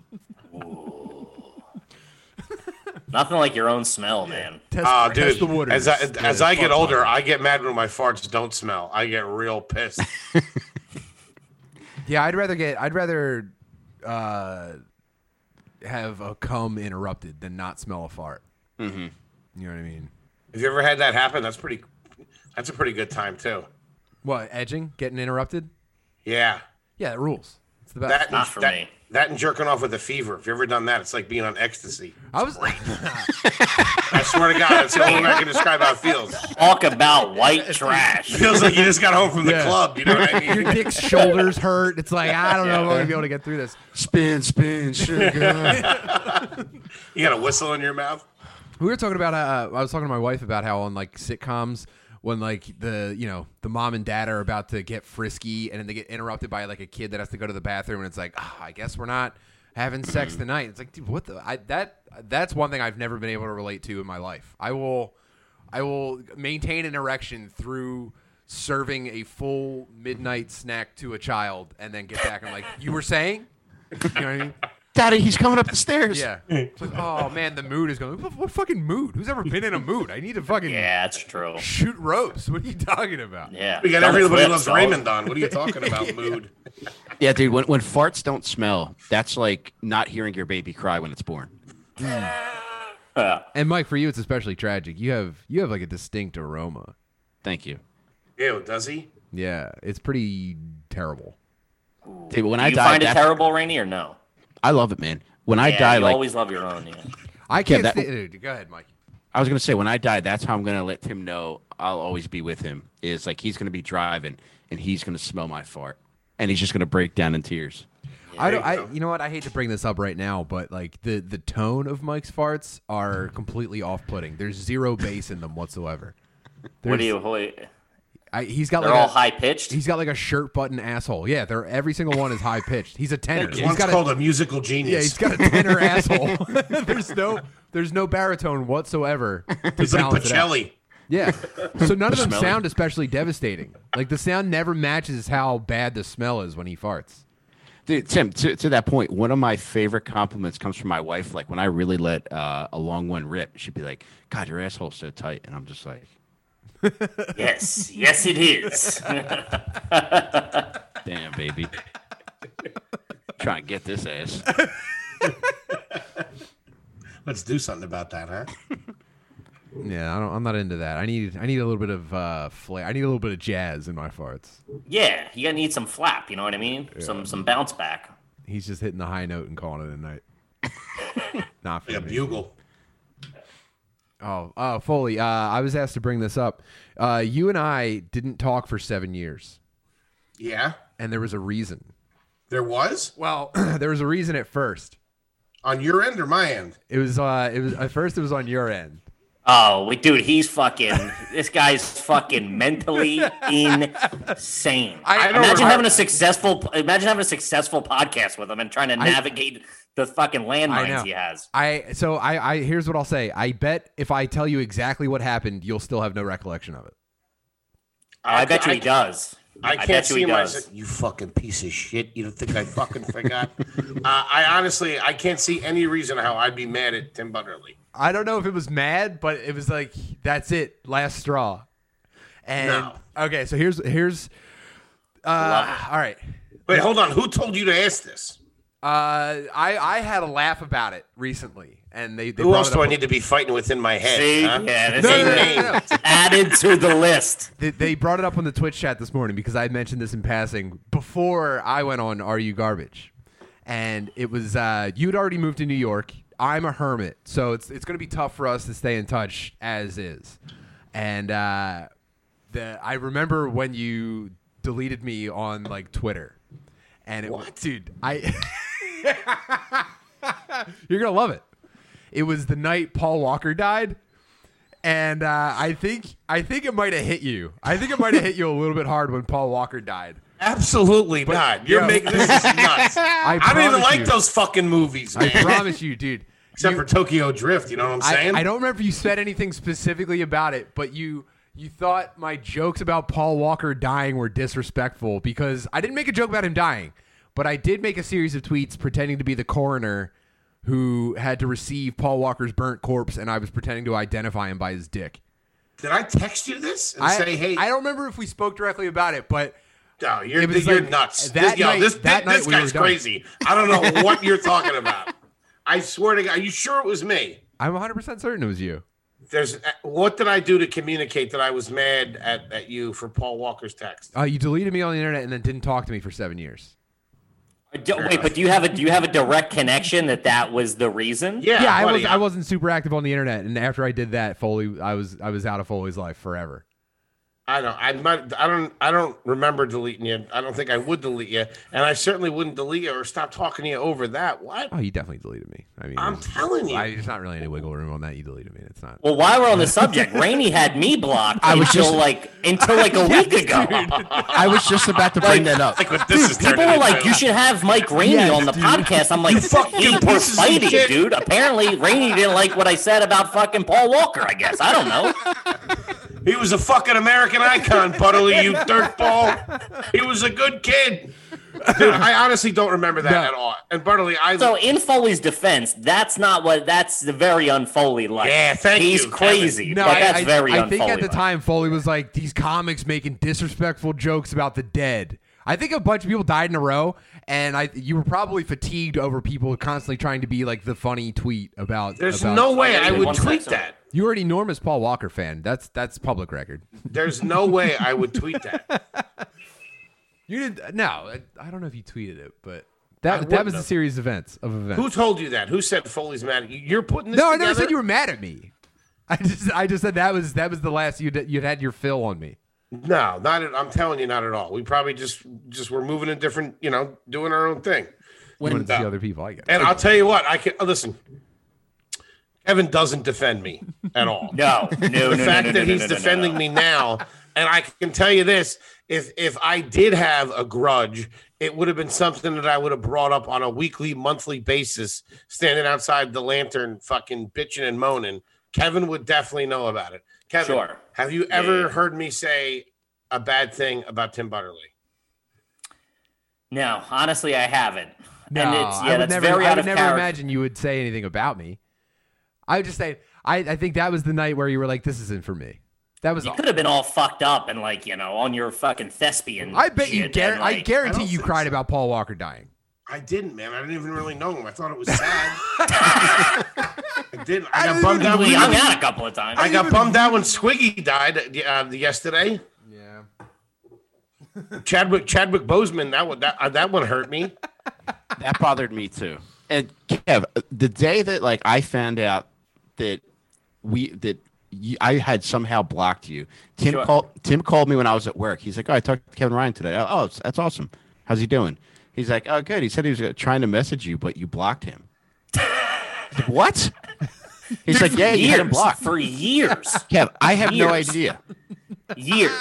B: Nothing like your own smell, man.
A: Test,
C: Oh,
A: test
C: dude.
A: the waters.
C: As I,
A: Yeah,
C: as I get
A: fuck.
C: older, I get mad when my farts don't smell. I get real pissed.
A: Yeah, I'd rather get. I'd rather uh, have a cum interrupted than not smell a fart. Mm-hmm. You know what I mean?
C: Have you ever had that happen? That's pretty. That's a pretty good time too.
A: What edging, getting interrupted?
C: Yeah,
A: Yeah, it rules. It's the best.
C: that
B: Not for
C: that,
B: me.
C: That and jerking off with a fever. If you have ever done that, it's like being on ecstasy.
A: I was.
C: I swear to God, that's the only way I can describe how it feels.
B: Talk about white trash.
C: feels like you just got home from the
A: Yeah.
C: club. You know what I mean?
A: your dick's shoulders hurt. It's like I don't know if I'm gonna be able to get through this.
D: Spin, spin, sugar.
C: You got a whistle in your mouth.
A: We were talking about. Uh, I was talking to my wife about how on like sitcoms, when like the you know the mom and dad are about to get frisky, and then they get interrupted by like a kid that has to go to the bathroom, and it's like, ah, I guess we're not having sex tonight. It's like, dude, what the? I, that that's one thing I've never been able to relate to in my life. I will, I will maintain an erection through serving a full midnight snack to a child, and then get back and like you were saying. You know what I mean?
D: Daddy, he's coming up the stairs.
A: Yeah. It's like, oh man, the mood is going. What, what fucking mood? Who's ever been in a mood? I need to fucking
B: Yeah, that's true.
A: shoot ropes. What are you talking about?
B: Yeah.
C: We got
B: Don't
C: everybody
B: flip,
C: loves
B: dog.
C: Raymond on. What are you talking about, mood?
D: Yeah, dude. When, when farts don't smell, that's like not hearing your baby cry when it's born.
A: And Mike, for you, it's especially tragic. You have you have like a distinct aroma.
D: Thank you.
C: Ew, does he?
A: Yeah, it's pretty terrible.
D: Dude, when
B: Do
D: I
B: you
D: die,
B: find it
D: that's-
B: terrible, Rainy, or no?
D: I love it, man. When I
B: Yeah,
D: die,
B: you
D: like
B: always love your own. Yeah.
A: I can't.
D: that-
A: sta- dude, go ahead, Mike.
D: I was gonna say, when I die, that's how I'm gonna let him know I'll always be with him. Is like he's gonna be driving and he's gonna smell my fart, and he's just gonna break down in tears.
A: I don't.
C: there you
A: I,
C: go.
A: you know what? I hate to bring this up right now, but like the the tone of Mike's farts are completely off putting. There's zero bass in them whatsoever.
B: What
A: There's-
B: do you? Wait,
A: I, he's got
B: they're
A: like
B: all
A: a-
B: high pitched.
A: He's got like a shirt button asshole. Yeah, they're every single one is high pitched. He's a tenor. He's
C: One's
A: got a-
C: called a, musical
A: Yeah, he's
C: genius.
A: got a tenor asshole. there's no there's no baritone whatsoever. To
C: he's like
A: balance it out.
C: Pacelli.
A: Yeah. So none of them sound especially devastating. Like the sound never matches how bad the smell is when he farts.
D: Dude, Tim, to, to that point, one of my favorite compliments comes from my wife. Like when I really let uh, a long one rip, she'd be like, "God, your asshole's so tight," and I'm just like,
B: yes, yes, it is.
D: "Damn, baby, try and get this ass."
C: Let's do something about that, huh?
A: Yeah, I don't, I'm not into that. I need I need a little bit of uh, flair. I need a little bit of jazz in my farts.
B: yeah, you gotta need some flap. You know what I mean? Some some bounce back.
A: He's just hitting the high note and calling it a night. not for
C: Like a
A: me.
C: bugle.
A: Oh, uh, Foley, uh, I was asked to bring this up. Uh, you and I didn't talk for seven years,
C: Yeah,
A: and there was a reason.
C: there was
A: Well, there was a reason at first.
C: on your end or my end.
A: It was, uh, it was at first. It was on your end.
B: Oh, wait, dude, he's fucking. this guy's fucking mentally insane.
A: I- I don't
B: imagine
A: remember-
B: having a successful. Imagine having a successful podcast with him and trying to navigate the fucking
A: I know.
B: landmines he has.
A: I so I, I here's what I'll say. I bet if I tell you exactly what happened, you'll still have no recollection of it.
B: I, bet you
C: I,
B: he does.
C: I can't
B: bet you
C: see
B: he
C: him. I
B: does.
C: said, you fucking piece of shit. You don't think I fucking forgot? Uh, I honestly, I can't see any reason how I'd be mad at Tim Butterly.
A: I don't know if it was mad, but it was like that's it, last straw. And
C: No.
A: okay, so here's here's uh,
B: Love
A: all right.
C: Wait, hold on. Who told you to ask this?
A: Uh, I I had a laugh about it recently, and they, they
C: Who
A: brought
C: else
A: it
C: do
A: up-
C: I need to be fighting with in my head?
B: See,
C: huh?
B: yeah, this
A: No,
B: ain't
A: no, no,
B: me.
A: no, no.
B: added to the list.
A: They, they brought it up on the Twitch chat this morning because I had mentioned this in passing before I went on Are You Garbage, and it was uh, you'd already moved to New York. I'm a hermit, so it's it's gonna be tough for us to stay in touch as is, and uh, the I remember when you deleted me on like Twitter, and it was dude I. You're gonna love it. It was the night Paul Walker died, and uh, I think I think it might have hit you. I think it might have hit you a little bit hard when Paul Walker died.
C: Absolutely not. You're
A: yo.
C: making this is nuts. I, don't even
A: promise
C: like
A: you.
C: those fucking movies,
A: I
C: man.
A: promise you, dude.
C: Except
A: You-
C: for Tokyo Drift, you know what I'm
A: I,
C: saying?
A: I don't remember if you said anything specifically about it, but you you thought my jokes about Paul Walker dying were disrespectful because I didn't make a joke about him dying, but I did make a series of tweets pretending to be the coroner who had to receive Paul Walker's burnt corpse, and I was pretending to identify him by his dick.
C: Did I text you this and
A: I,
C: say, hey,
A: I don't remember if we spoke directly about it, but
C: No, you're,
A: Yeah, but it's
C: you're
A: like,
C: nuts.
A: that
C: This- yo,
A: night-
C: this,
A: that
C: this,
A: night we were
C: guy's
A: done.
C: crazy. I don't know what you're talking about. I swear to God, are you sure it was me?
A: I'm 100 percent certain it was you.
C: There's uh, what did I do to communicate that I was mad at, at you for Paul Walker's text?
A: Uh, you deleted me on the internet and then didn't talk to me for seven years.
B: Do- wait, but do you have a do you have a direct connection that that was the reason?
C: Yeah,
A: yeah, I
C: buddy.
A: was I wasn't super active on the internet, and after I did that, Foley, I was I was out of Foley's life forever.
C: I don't. I might. I don't. I don't remember deleting you. I don't think I would delete you, and I certainly wouldn't delete you or stop talking to you over that. What?
A: Oh, you definitely deleted me. I mean,
C: I'm
A: there's-
C: telling you.
A: I, there's not really any wiggle room on that. You deleted me. It's not.
B: Well, while we're on the subject, Rainey had me blocked until like until like a week ago.
D: I was just about to bring that up.
C: like what this is
B: People
C: turning
B: were like,
C: into.
B: "You should have Mike Rainey
A: Yes,
B: on the
A: dude.
B: podcast." I'm like,
C: fucking
B: "Fucking we're
C: pieces of
B: fighting,
C: shit."
B: dude." Apparently, Rainey didn't like what I said about fucking Paul Walker. I guess I don't know.
C: He was a fucking American icon, Puddley, you dirtball. He was a good kid. Dude, I honestly don't remember that
A: No.
C: at all. And Puddley, I
B: So, in Foley's defense, that's not what. That's the very unfoley like.
C: Yeah, thank
B: He's
C: you, Kevin.
B: crazy, but that's
A: I,
B: very
A: I think at
B: unfoley-like.
A: the time Foley was like these comics making disrespectful jokes about the dead. I think a bunch of people died in a row, and I you were probably fatigued over people constantly trying to be like the funny tweet about.
C: there's
A: about-
C: no way I would
B: One sec,
C: tweet
B: sorry.
C: that.
A: You were an enormous Paul Walker fan. That's that's public record.
C: There's no way I would tweet that.
A: You did no. I, I don't know if you tweeted it, but
C: I
A: that that
C: wouldn't
A: was a
C: have.
A: series of events of events.
C: Who told you that? Who said Foley's mad at you? You're putting this
A: No, I
C: together?
A: never said you were mad at me. I just, I just said that was that was the last you would you'd had your fill on me.
C: No, not at, I'm telling you, not at all. We probably just just were moving in different, you know, doing our own thing.
A: When you wanted to see
C: uh,
A: other people, I guess.
C: And I'll tell you what, I can oh, listen. Kevin doesn't defend me at all.
B: No, no, no.
C: the
B: no,
C: fact
B: no,
C: that
B: no,
C: he's
B: no, no, no,
C: defending
B: no.
C: me now, and I can tell you this: if if I did have a grudge, it would have been something that I would have brought up on a weekly, monthly basis, standing outside the lantern, fucking bitching and moaning. Kevin would definitely know about it. Kevin,
B: Sure.
C: have you ever heard me say a bad thing about Tim Butterly?
B: No, honestly, I haven't.
A: no,
B: and it's, yeah,
A: I would
B: that's
A: never,
B: very
A: I
B: out
A: would
B: of
A: never
B: character.
A: imagine you would say anything about me. I would just say, I, I think that was the night where you were like, "This isn't for me." That was
B: You
A: all.
B: could have been all fucked up and like you know on your fucking thespian.
A: I bet you,
B: shit
A: guar-
B: and,
A: I
B: like,
A: guarantee
C: don't
A: you
C: think
A: cried
C: so.
A: about Paul Walker dying.
C: I didn't, man. I didn't even really know him. I thought it was sad. I didn't. I got
A: didn't
C: bummed
A: even
C: out.
B: We
C: when-
B: hung out a couple of times.
C: I got bummed out when Squiggy died uh, yesterday.
A: Yeah.
C: Chadwick Chadwick Boseman. That one that uh, that one hurt me.
D: That bothered me too. And Kev, the day that like I found out that we that you, I had somehow blocked you, Tim
B: Sure.
D: called Tim called me when I was at work. He's like, "Oh, I talked to Kevin Ryan today. Oh, it's- that's awesome. How's he doing?" He's like, "Oh, good." He said he was uh, trying to message you, but you blocked him. I was like, what? He's like, "Yeah, you had him
B: years
D: blocked."
B: for years,
D: Kev, I have no
B: years.
D: idea.
B: years,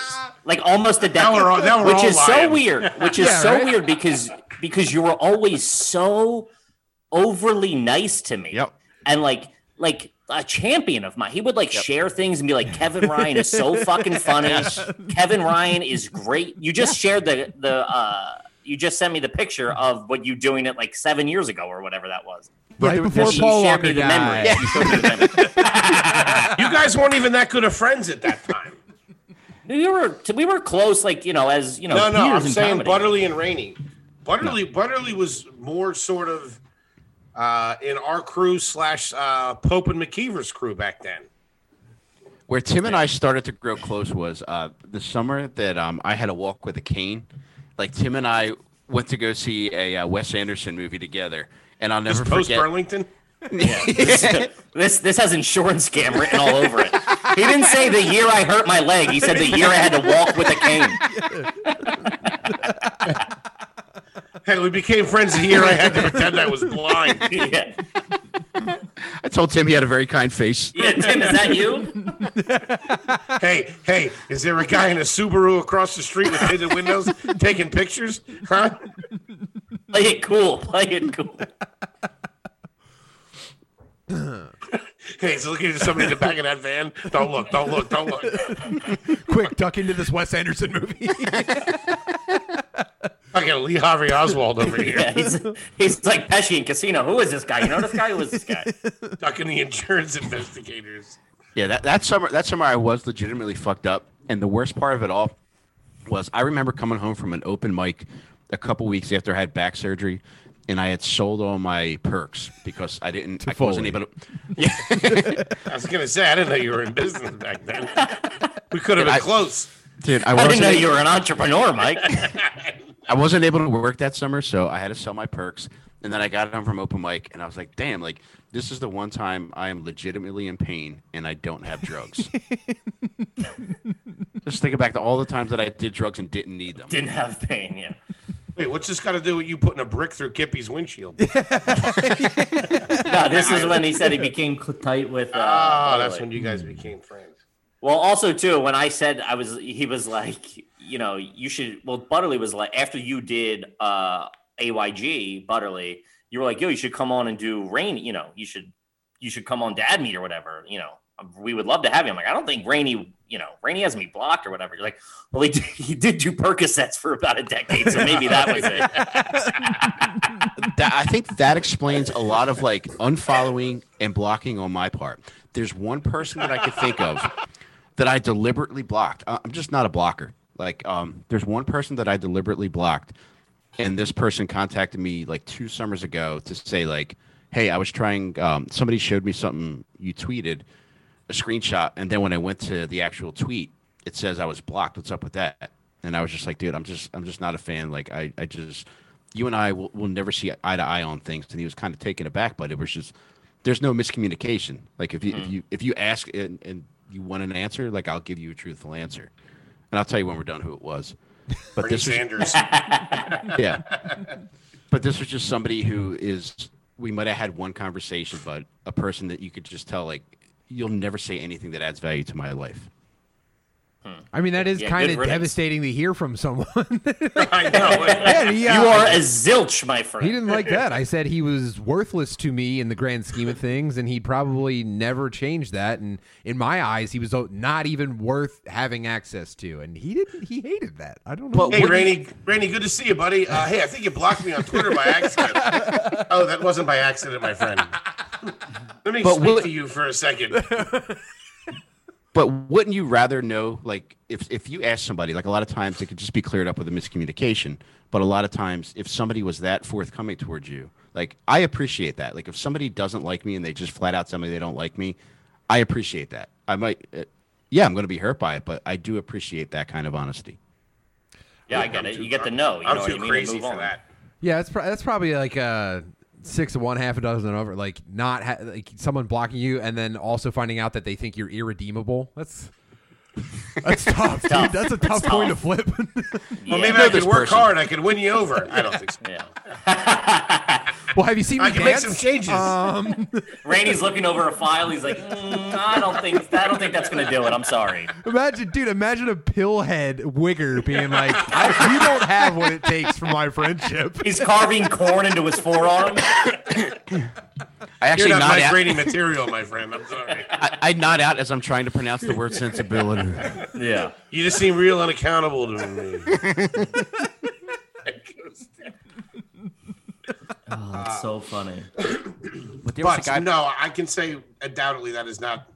B: like almost a decade,
C: we're all- now we're
B: which
C: all
B: is so
C: lying.
B: weird. Which is
A: Yeah,
B: so
A: right?
B: weird because because you were always so overly nice to me,
D: Yep.
B: and like like a champion of mine. He would like share things and be like, "Kevin Ryan is so fucking funny. Kevin Ryan is great." You just shared the the. uh you just sent me the picture of what you doing it like seven years ago or whatever that was.
A: Right before
B: She
A: Paul
B: shared
A: Walker
B: me the memory.
A: died.
B: She showed me the memory.
C: You guys weren't even that good of friends at that time.
B: We were we were close, like you know, as you know.
C: No, no,
B: peers
C: I'm
B: in
C: saying
B: comedy.
C: Butterly and Rainey. Butterly Butterly was more sort of uh, in our crew slash uh, Pope and McKeever's crew back then.
D: Where Tim and I started to grow close was uh, the summer that um, I had a walk with a cane. Like Tim and I went to go see a uh, Wes Anderson movie together, and I'll never
C: Just post
D: forget.
C: Burlington.
B: This this has insurance scam written all over it. He didn't say the year I hurt my leg. He said the year I had to walk with a cane.
C: Hey, we became friends the year I had to pretend I was blind.
B: Yeah,
D: I told Tim he had a very kind face.
B: yeah Tim, is that you?
C: Hey, hey, is there a guy in a Subaru across the street with tinted windows taking pictures? Huh?
B: Play it cool. Play it cool.
C: Hey, he's looking at somebody in the back of that van. Don't look, don't look, don't look.
A: Quick, duck into this Wes Anderson movie.
C: Fucking Lee Harvey Oswald over here.
B: Yeah, he's he's like Pesci in Casino. Who is this guy? You know this guy? Who is this guy?
C: Ducking the insurance investigators.
D: Yeah, that, that summer that summer I was legitimately fucked up, and the worst part of it all was I remember coming home from an open mic a couple weeks after I had back surgery, and I had sold all my perks because I didn't. I wasn't
A: Foley.
D: able to.
C: I was gonna say I didn't know you were in business back then. We could have been
D: I-
C: close.
D: Dude, I
B: I
D: wasn't.
B: didn't know you were an entrepreneur, Mike.
D: I wasn't able to work that summer, so I had to sell my perks. And then I got home from open mic, and I was like, "Damn! Like this is the one time I am legitimately in pain, and I don't have drugs." Just thinking back to all the times that I did drugs and didn't need them.
B: Didn't have pain. Yeah.
C: Wait, what's this got to do with you putting a brick through Kippy's windshield?
B: No, this is when he said he became cl- tight with. Uh,
C: Oh,
B: Holloway.
C: that's when you guys became friends.
B: Well, also too, when I said I was, he was like, you know, you should. Well, Butterly was like, after you did uh AYG, Butterly, you were like, yo, you should come on and do Rainy. You know, you should, you should come on Dad Meet or whatever. You know, we would love to have you. I'm like, I don't think Rainy, you know, Rainy has me blocked or whatever. You're like, well, he did, he did do Percocets for about a decade, so maybe that was it.
D: that, I think that explains a lot of like unfollowing and blocking on my part. There's one person that I could think of that I deliberately blocked. I- I'm just not a blocker. Like, um, there's one person that I deliberately blocked, and this person contacted me like two summers ago to say like, "Hey, I was trying. Um, somebody showed me something you tweeted, a screenshot, and then when I went to the actual tweet, it says I was blocked. What's up with that?" And I was just like, "Dude, I'm just, I'm just not a fan. Like, I, I just." you and I will, will never see eye to eye on things. And he was kind of taken aback, but it was just there's no miscommunication. Like if you if you if you ask and, and you want an answer, like I'll give you a truthful answer, and I'll tell you when we're done who it was. But
C: Bernie
D: this was
C: Sanders.
D: yeah, but this was just somebody who is we might have had one conversation, but a person that you could just tell like you'll never say anything that adds value to my life.
A: I mean, that is
B: Yeah,
A: kind
B: good
A: of
B: riddance.
A: devastating to hear from someone.
C: I know.
A: And he, uh,
B: You are a zilch, my friend.
A: He didn't like that. I said he was worthless to me in the grand scheme of things, and he'd probably never change that. And in my eyes, he was uh, not even worth having access to. And he didn't. He hated that. I don't know.
D: But
C: Hey,
D: what-
C: Rainy, Rainy, good to see you, buddy. Uh, hey, I think you blocked me on Twitter by accident. oh, that wasn't by accident, my friend. Let me
D: But
C: speak
D: will-
C: to you for a second.
D: But wouldn't you rather know, like, if if you ask somebody, like, a lot of times it could just be cleared up with a miscommunication. But a lot of times, if somebody was that forthcoming towards you, like, I appreciate that. Like, if somebody doesn't like me and they just flat out tell me they don't like me, I appreciate that. I might, uh, yeah, I'm going to be hurt by it, but I do appreciate that kind of honesty.
B: yeah, I get it. You get the no. You
C: I'm
B: know what
C: too
B: you mean?
C: crazy
B: Move
C: for
B: on.
C: that.
A: yeah, that's pro- that's probably like uh six of one, half a dozen of over. Like not ha- like someone blocking you, and then also finding out that they think you're irredeemable. That's that's tough, dude.
B: Tough.
A: That's a tough
B: That's
A: coin
B: tough.
A: to flip.
C: Well,
B: Yeah.
C: maybe I could
D: this
C: work
D: person.
C: hard. I could win you over. I don't think so.
B: Yeah.
A: well, have you seen me
C: I can make
A: dance?
C: some changes.
A: um,
B: Rainey's looking over a file. He's like, "Mm, I don't think I don't think that's gonna do it. I'm sorry.
A: imagine, dude. Imagine a pillhead wigger being like, I, "You don't have what it takes for my friendship."
B: He's carving corn into his forearm.
D: I
C: You're
D: actually
C: not
D: not
C: my
D: out.
C: Rainy material, my friend. I'm sorry.
D: I, I nod out as I'm trying to pronounce the word sensibility.
B: Yeah.
C: You just seem real unaccountable to me.
B: Oh, that's so funny.
D: But there was a
C: But
D: guy.
C: no, I can say undoubtedly that is not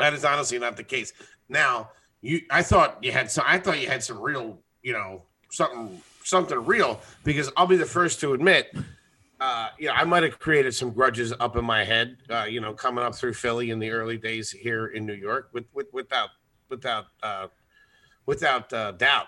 C: that is honestly not the case. Now, you I thought you had some I thought you had some real, you know, something something real because I'll be the first to admit uh, you know, I might have created some grudges up in my head, uh, you know, coming up through Philly in the early days here in New York with, with without without uh, without uh, doubt.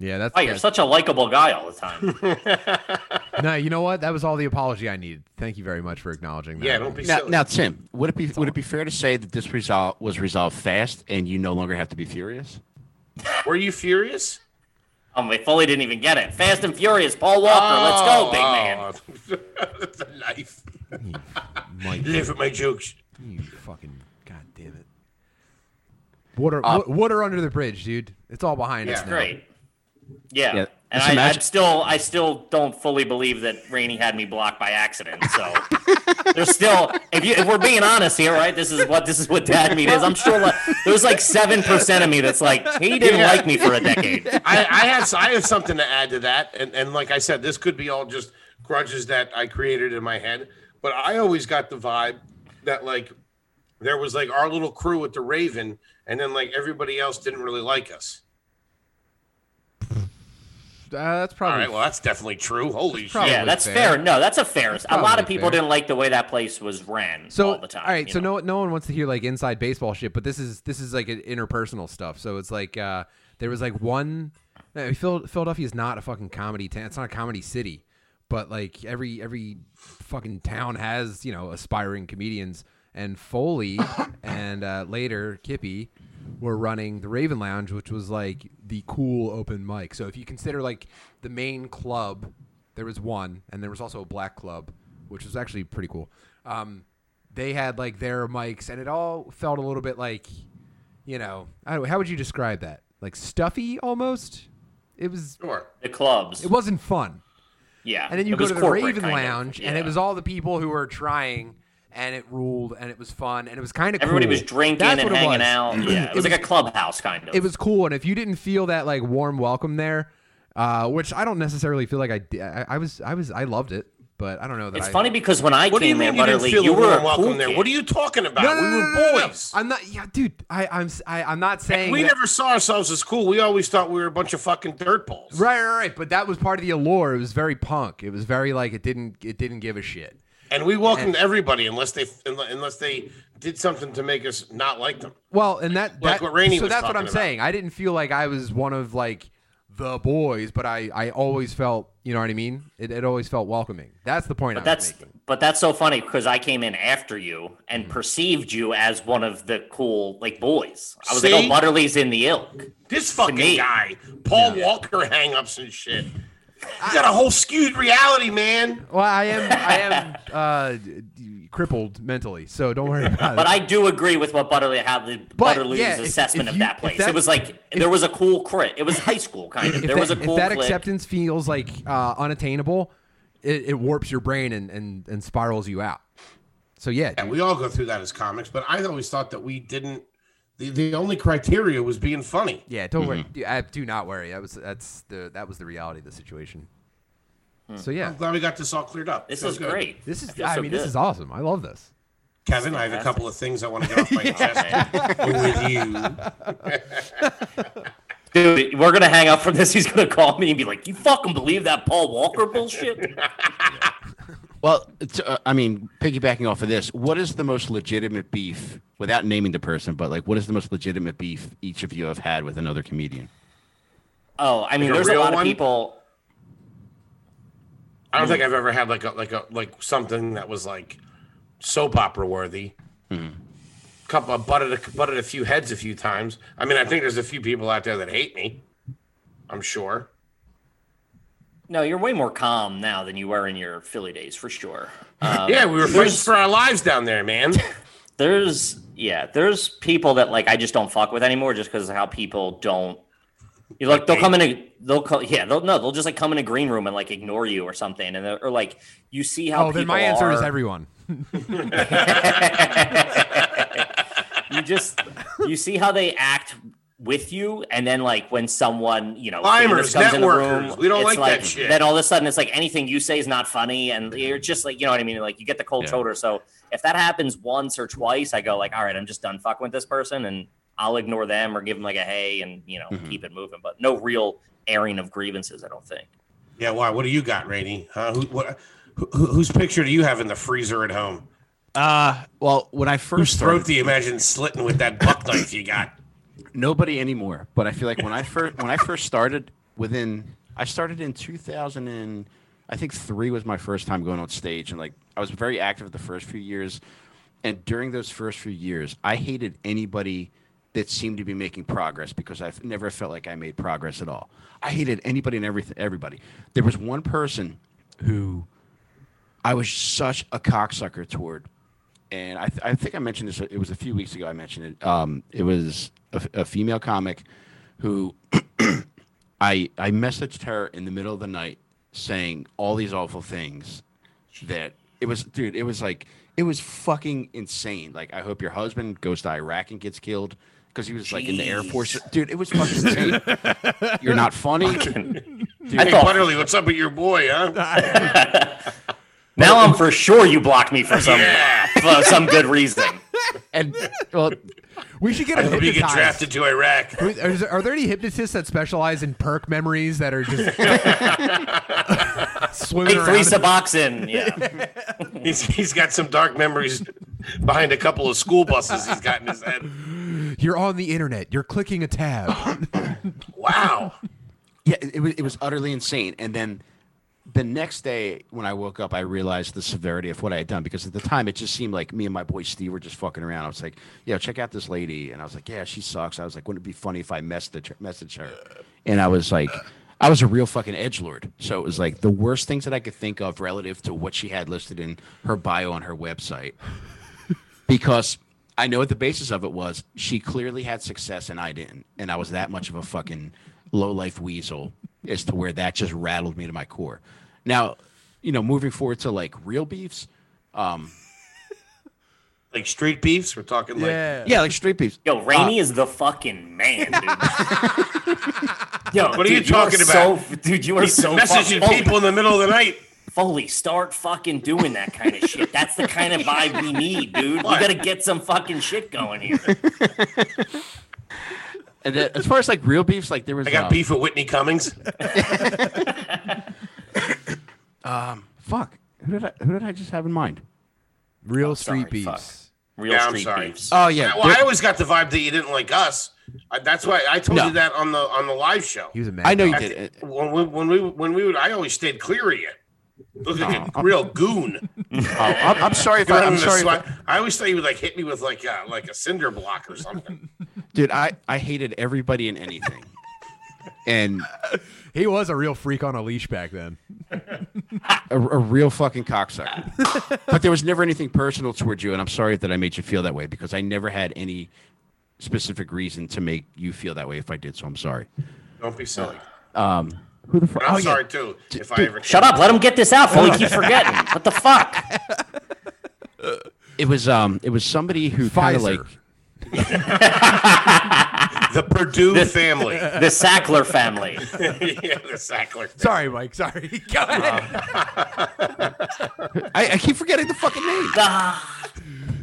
A: Yeah, that's
B: Wow, Oh, you're such a likable guy all the time.
A: no, you know what? That was all the apology I needed. Thank you very much for acknowledging that.
C: Yeah, don't be
D: Now,
C: silly.
D: now, Tim, would it be would it be fair to say that this result was resolved fast, and you no longer have to be furious?
C: Were you furious?
B: Um, we fully didn't even get it. Fast and Furious, Paul Walker. let's go, big man.
C: man. That's a knife.
A: Mike,
C: Live at my jokes.
A: you fucking god damn it. Water, wa- water under the bridge, dude. It's all behind
C: Uh, Yeah.
A: us now.
B: Great. Yeah.
D: Yeah,
B: and
D: just
B: I,
D: imagine-
B: I'm still I still don't fully believe that Rainey had me blocked by accident. So there's still if you if we're being honest here, right? This is what this is what dad meat is. I'm sure like, there's like seven percent of me that's like, he didn't
C: Yeah.
B: like me for a decade.
C: I, I have I have something to add to that, and and like I said, this could be all just grudges that I created in my head. But I always got the vibe that like there was like our little crew at the Raven, and then like everybody else didn't really like us.
A: Uh, that's
C: All
A: probably
C: right, well, that's definitely true. Holy shit.
A: probably
B: yeah, that's
A: fair.
B: fair. No, that's a fair. a lot
A: probably
B: of people
A: fair.
B: didn't like the way that place was ran
A: so
B: all the time.
A: All right,
B: you
A: so
B: know?
A: no no one wants to hear like inside baseball shit, but this is this is like an interpersonal stuff. So it's like uh there was like one uh, Phil- Philadelphia is not a fucking comedy town. It's not a comedy city, but like every every fucking town has you know aspiring comedians. And Foley and uh, later Kippy were running the Raven Lounge, which was like the cool open mic. So if you consider like the main club, there was one, and there was also a black club, which was actually pretty cool. Um, they had like their mics and it all felt a little bit like you know I don't, how would you describe that like stuffy almost it was
C: Sure.
B: the clubs.
A: it wasn't fun
B: yeah,
A: and then you
B: It
A: go
B: was
A: to the
B: corporate,
A: raven
B: kind of.
A: lounge and it
B: Yeah.
A: was all the people who were trying and it ruled and it was fun and it was kind of
B: everybody
A: cool.
B: was drinking
A: That's
B: and
A: what it was.
B: hanging out. Yeah, it, was, like a clubhouse kind of.
A: it was cool and if you didn't feel that like warm welcome there uh, which i don't necessarily feel like i did I, I was i was i loved it but i don't know that
B: It's
A: I,
B: funny because when I
C: What do you
B: came
C: mean
B: in,
C: you didn't
B: Butterly,
C: feel
B: you
C: the
B: were a
C: warm
B: cool
C: welcome there?
B: kid.
C: What are you talking about?
A: no, no,
C: we
A: no,
C: were
A: no, no, no.
C: boys.
A: i'm not yeah dude i i'm s- I, am i am not saying
C: We
A: that-
C: never saw ourselves as cool. We always thought we were a bunch of fucking dirt balls.
A: Right, right, right. But that was part of the allure. It was very punk. It was very like it didn't it didn't give a shit.
C: And we welcomed everybody unless they unless they did something to make us not like them.
A: Well, and that,
C: Like
A: that
C: what Rainey
A: so
C: was
A: that's what
C: talking
A: I'm
C: about.
A: saying. I didn't feel like I was one of like the boys, but I I always felt you know what I mean. It, it always felt welcoming. That's the point. I was
B: That's
A: making.
B: but that's so funny because I came in after you and
C: Mm-hmm.
B: perceived you as one of the cool like boys. I was like,
C: See? Uh,
B: oh, Butterly's in the ilk.
C: This fucking
B: me.
C: guy, Paul Walker hangups and shit. You got a whole skewed reality, man.
A: Well, I am I am uh, d- d- crippled mentally, so don't worry about
B: But
A: it.
B: I do agree with what Butterly how the
A: But,
B: Butterly's
A: yeah, if-
B: assessment
A: if
B: of
A: you-
B: that
A: if
B: place.
A: that-
B: it was like there was a cool crit. It was high school kind of.
A: If
B: There
A: that,
B: was a
A: if
B: cool
A: that
B: clique.
A: acceptance feels like uh, unattainable, it, it warps your brain and, and and spirals you out. So yeah,
C: Yeah, we all go through that as comics, but I always thought that we didn't. The, the only criteria was being funny.
A: Yeah, don't worry. Dude, I do not worry. That was that's the that was the reality of the situation. So yeah,
C: I'm glad we got this all cleared up.
B: This
C: Feels
B: is
C: good.
B: great.
A: this is
B: feel
A: I
B: so
A: mean this
B: good.
A: is awesome. I love this.
C: Kevin, I have a couple of things I want to get off my chest with you.
B: Dude, we're gonna hang up from this. He's gonna call me and be like, "You fucking believe that Paul Walker bullshit?"
D: Well, it's, uh, I mean, piggybacking off of this, what is the most legitimate beef, without naming the person, but like, what is the most legitimate beef each of you have had with another comedian?
B: Oh, I mean,
C: Like a
B: there's a
C: real
B: lot
C: one?
B: of people.
C: I don't think I've ever had like a like a like something that was like soap opera worthy. Couple, I butted a, butted a few heads a few times. I mean, I think there's a few people out there that hate me. I'm sure.
B: No, you're way more calm now than you were in your Philly days, for sure. Um,
C: Oh, yeah, we were fighting for our lives down there, man.
B: there's yeah, there's people that like I just don't fuck with anymore, just because of how people don't. You like they'll come in a they'll co- yeah they'll no they'll just like come in a green room and like ignore you or something and they're- or like you see how
A: Oh, then my
B: people
A: answer is
B: are.
A: everyone.
B: you just you see how they act with you and then like when someone you know
C: Climbers,
B: famous comes in the
C: networkers,
B: room,
C: we don't
B: it's
C: like that shit.
B: then all of a sudden it's like anything you say is not funny and you're just like you know what i mean like you get the cold
D: Yeah.
B: shoulder so if that happens once or twice i go like all right i'm just done fucking with this person and i'll ignore them or give them like a hey and you know keep it moving but no real airing of grievances i don't think
C: Yeah, why? What do you got, Rainey? Huh? Who, what, who, who- whose picture do you have in the freezer at home?
D: Uh, well, when I first
C: Throat
D: started,
C: do you imagine slitting with that buck knife you got?
D: nobody anymore, but I feel like when I first when I first started, within I started in 2000 and I think three was my first time going on stage, and like I was very active the first few years, and during those first few years, I hated anybody that seemed to be making progress because I've never felt like I made progress at all. I hated anybody and everything. Everybody. There was one person who I was such a cocksucker toward, and I, th- I think I mentioned this. It was a few weeks ago. I mentioned it. Um, it was a, f- a female comic who I I messaged her in the middle of the night saying all these awful things that it was dude it was like it was fucking insane like I hope your husband goes to Iraq and gets killed because he was like in the air
B: Jeez.
D: force dude it was fucking insane you're not funny
B: i
C: Hey,
B: thought
C: Butterly, what's up with your boy, huh?
B: now i'm for sure you blocked me for some
C: Yeah.
B: for some good reason
D: and well
A: We should get
C: I
A: him
C: hope you get
A: hypnotized.
C: drafted to Iraq.
A: Who- Are there- are there any hypnotists that specialize in perk memories that are just swimming
B: Big
A: around?
B: three
A: in-
B: Suboxone. Yeah.
C: He's, he's got some dark memories behind a couple of school buses he's got in his head.
A: You're on the internet. You're clicking a tab.
C: Wow.
D: Yeah, it, it was it was utterly insane. And then the next day when I woke up, I realized the severity of what I had done because at the time it just seemed like me and my boy Steve were just fucking around. I was like, "Yeah, check out this lady," and I was like, "Yeah, she sucks." I was like, "Wouldn't it be funny if I messaged her?" Messaged her, and I was like. I was a real fucking edge lord, so it was like the worst things that I could think of relative to what she had listed in her bio on her website because I know what the basis of it was. She clearly had success and I didn't. And I was that much of a fucking low life weasel as to where that just rattled me to my core. Now, you know, moving forward to like real beefs.
C: Like street beefs. We're talking like.
D: Yeah, like straight beefs.
C: Uh,
B: Yo, Rainey is the fucking man, dude. Yo,
C: What are you
B: dude,
C: talking
B: so- dude, you are so oh.
C: Messaging
B: fucking-
C: people in the middle of the night.
B: Foley, start fucking doing that kind of shit. That's the kind of vibe we need, dude. We
C: What?
B: gotta get some fucking shit going here.
D: And then, as far as like real beefs, like there was
C: I got
D: um,
C: beef with Whitney Cummings.
D: Fuck. Who did I who did I just have in mind?
A: Real street
B: sorry, fuck.
A: beefs.
B: Real
C: Yeah, I'm
B: street
C: sorry.
B: beefs.
D: Oh yeah.
C: Well, I always got the vibe that you didn't like us. I, that's why I told
D: No.
C: you that on the on the live show.
A: He was a man.
D: I know you
C: At the-
D: did it.
C: when, we, when we when we would, I always stayed clear of you. Look like a real goon.
D: Oh, I'm, I'm sorry if I,
C: I'm
D: I'm sorry. if I-
C: sorry. I always thought you would like hit me with like a, like a cinder block or something.
D: dude, I, I hated everybody and anything. and
A: He was a real freak on a leash back then.
D: a, a real fucking cocksucker. but there was never anything personal towards you, and I'm sorry that I made you feel that way because I never had any specific reason to make you feel that way. If I did, so I'm sorry. Oh,
C: Don't be silly.
D: Who the fuck?
C: And I'm sorry too. If I ever
B: Shut up, let him get this out. Foley keeps forgetting. What the fuck?
D: It was um, it was somebody who kind of
A: Pfizer.
D: like
C: the Purdue family. yeah,
B: The Sackler family.
C: the Sackler.
A: Sorry, Mike. Sorry. Go ahead.
D: I, I keep forgetting the fucking name.
B: Ah,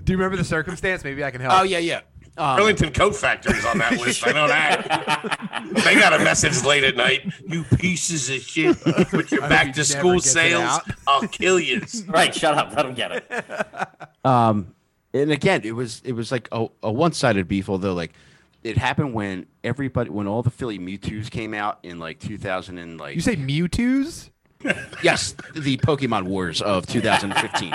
A: Do you remember the circumstance? Maybe I can help.
D: Oh yeah, yeah. Um,
C: Burlington Coat Factory's on that list. I know that. they got a message late at night. You pieces of shit. With your back to
A: never
C: school
A: gets it
C: sales,
A: out.
C: I'll kill yous.
B: right, shut up. Let him get it.
D: and again, it was it was like a, a one sided beef, although like it happened when everybody when all the Philly Mewtwo's came out in like 2000 and like
A: You say Mewtwo's?
D: yes, the Pokemon Wars of 2015.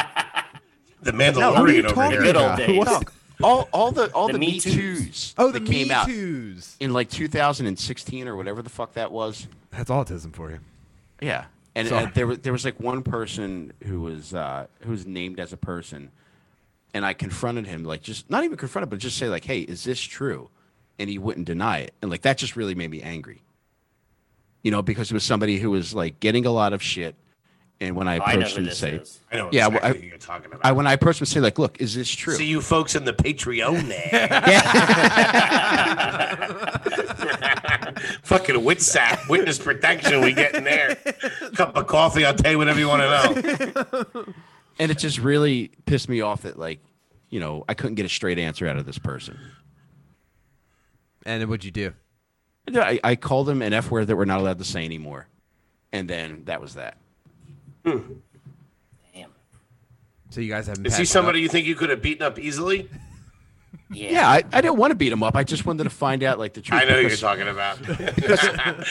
C: The
D: Oh,
A: What are you
C: Mandalorian over
A: talking
C: here.
B: Good old
A: about?
B: days.
A: What-
D: all all the all the,
B: The Me
D: Me
B: Too's.
D: Too's
A: Oh, the
D: that came out
A: Mewtwo's.
D: in like 2016 or whatever the fuck that was.
A: That's autism for you.
D: Yeah, and
A: Sorry.
D: uh, there was there was like one person who was uh, who was named as a person, and I confronted him like just not even confronted, but just say like, "Hey, is this true?" And he wouldn't deny it, and like that just really made me angry. You know, because it was somebody who was like getting a lot of shit, and when I
B: Oh, I know
D: approached
B: who
D: him to
B: this
D: say,
B: is.
C: I know
D: Yeah,
C: yeah,
D: well,
C: exactly
D: I-
C: who you're talking about.
D: I when I approached him to say like, "Look, is this true?"
C: See you folks in the Patreon. there. Fucking wit sack, witness protection we get in there. Cup of coffee, I'll tell you whatever you want to know.
D: and it just really pissed me off that like you know i couldn't get a straight answer out of this person
A: And then what'd you do?
D: And I, I called him an f word that we're not allowed to say anymore and then that was that
B: Damn.
A: So you guys haven't.
C: Is he
A: patched it
C: somebody
A: up?
C: you think you could have beaten up easily?
B: Yeah.
D: yeah i, I didn't want to beat him up i just wanted to find out like the truth
C: I know who you're
D: because-
C: talking about.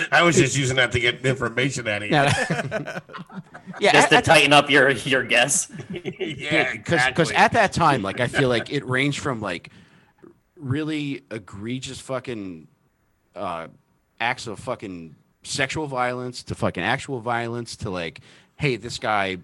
C: I was just using that to get information out of you.
D: yeah
B: Just
D: at,
B: to
D: at,
B: tighten up your your guess.
C: yeah,
D: because
C: exactly.
D: at that time like i feel like it ranged from like really egregious fucking uh, acts of fucking sexual violence to fucking actual violence to like hey this guy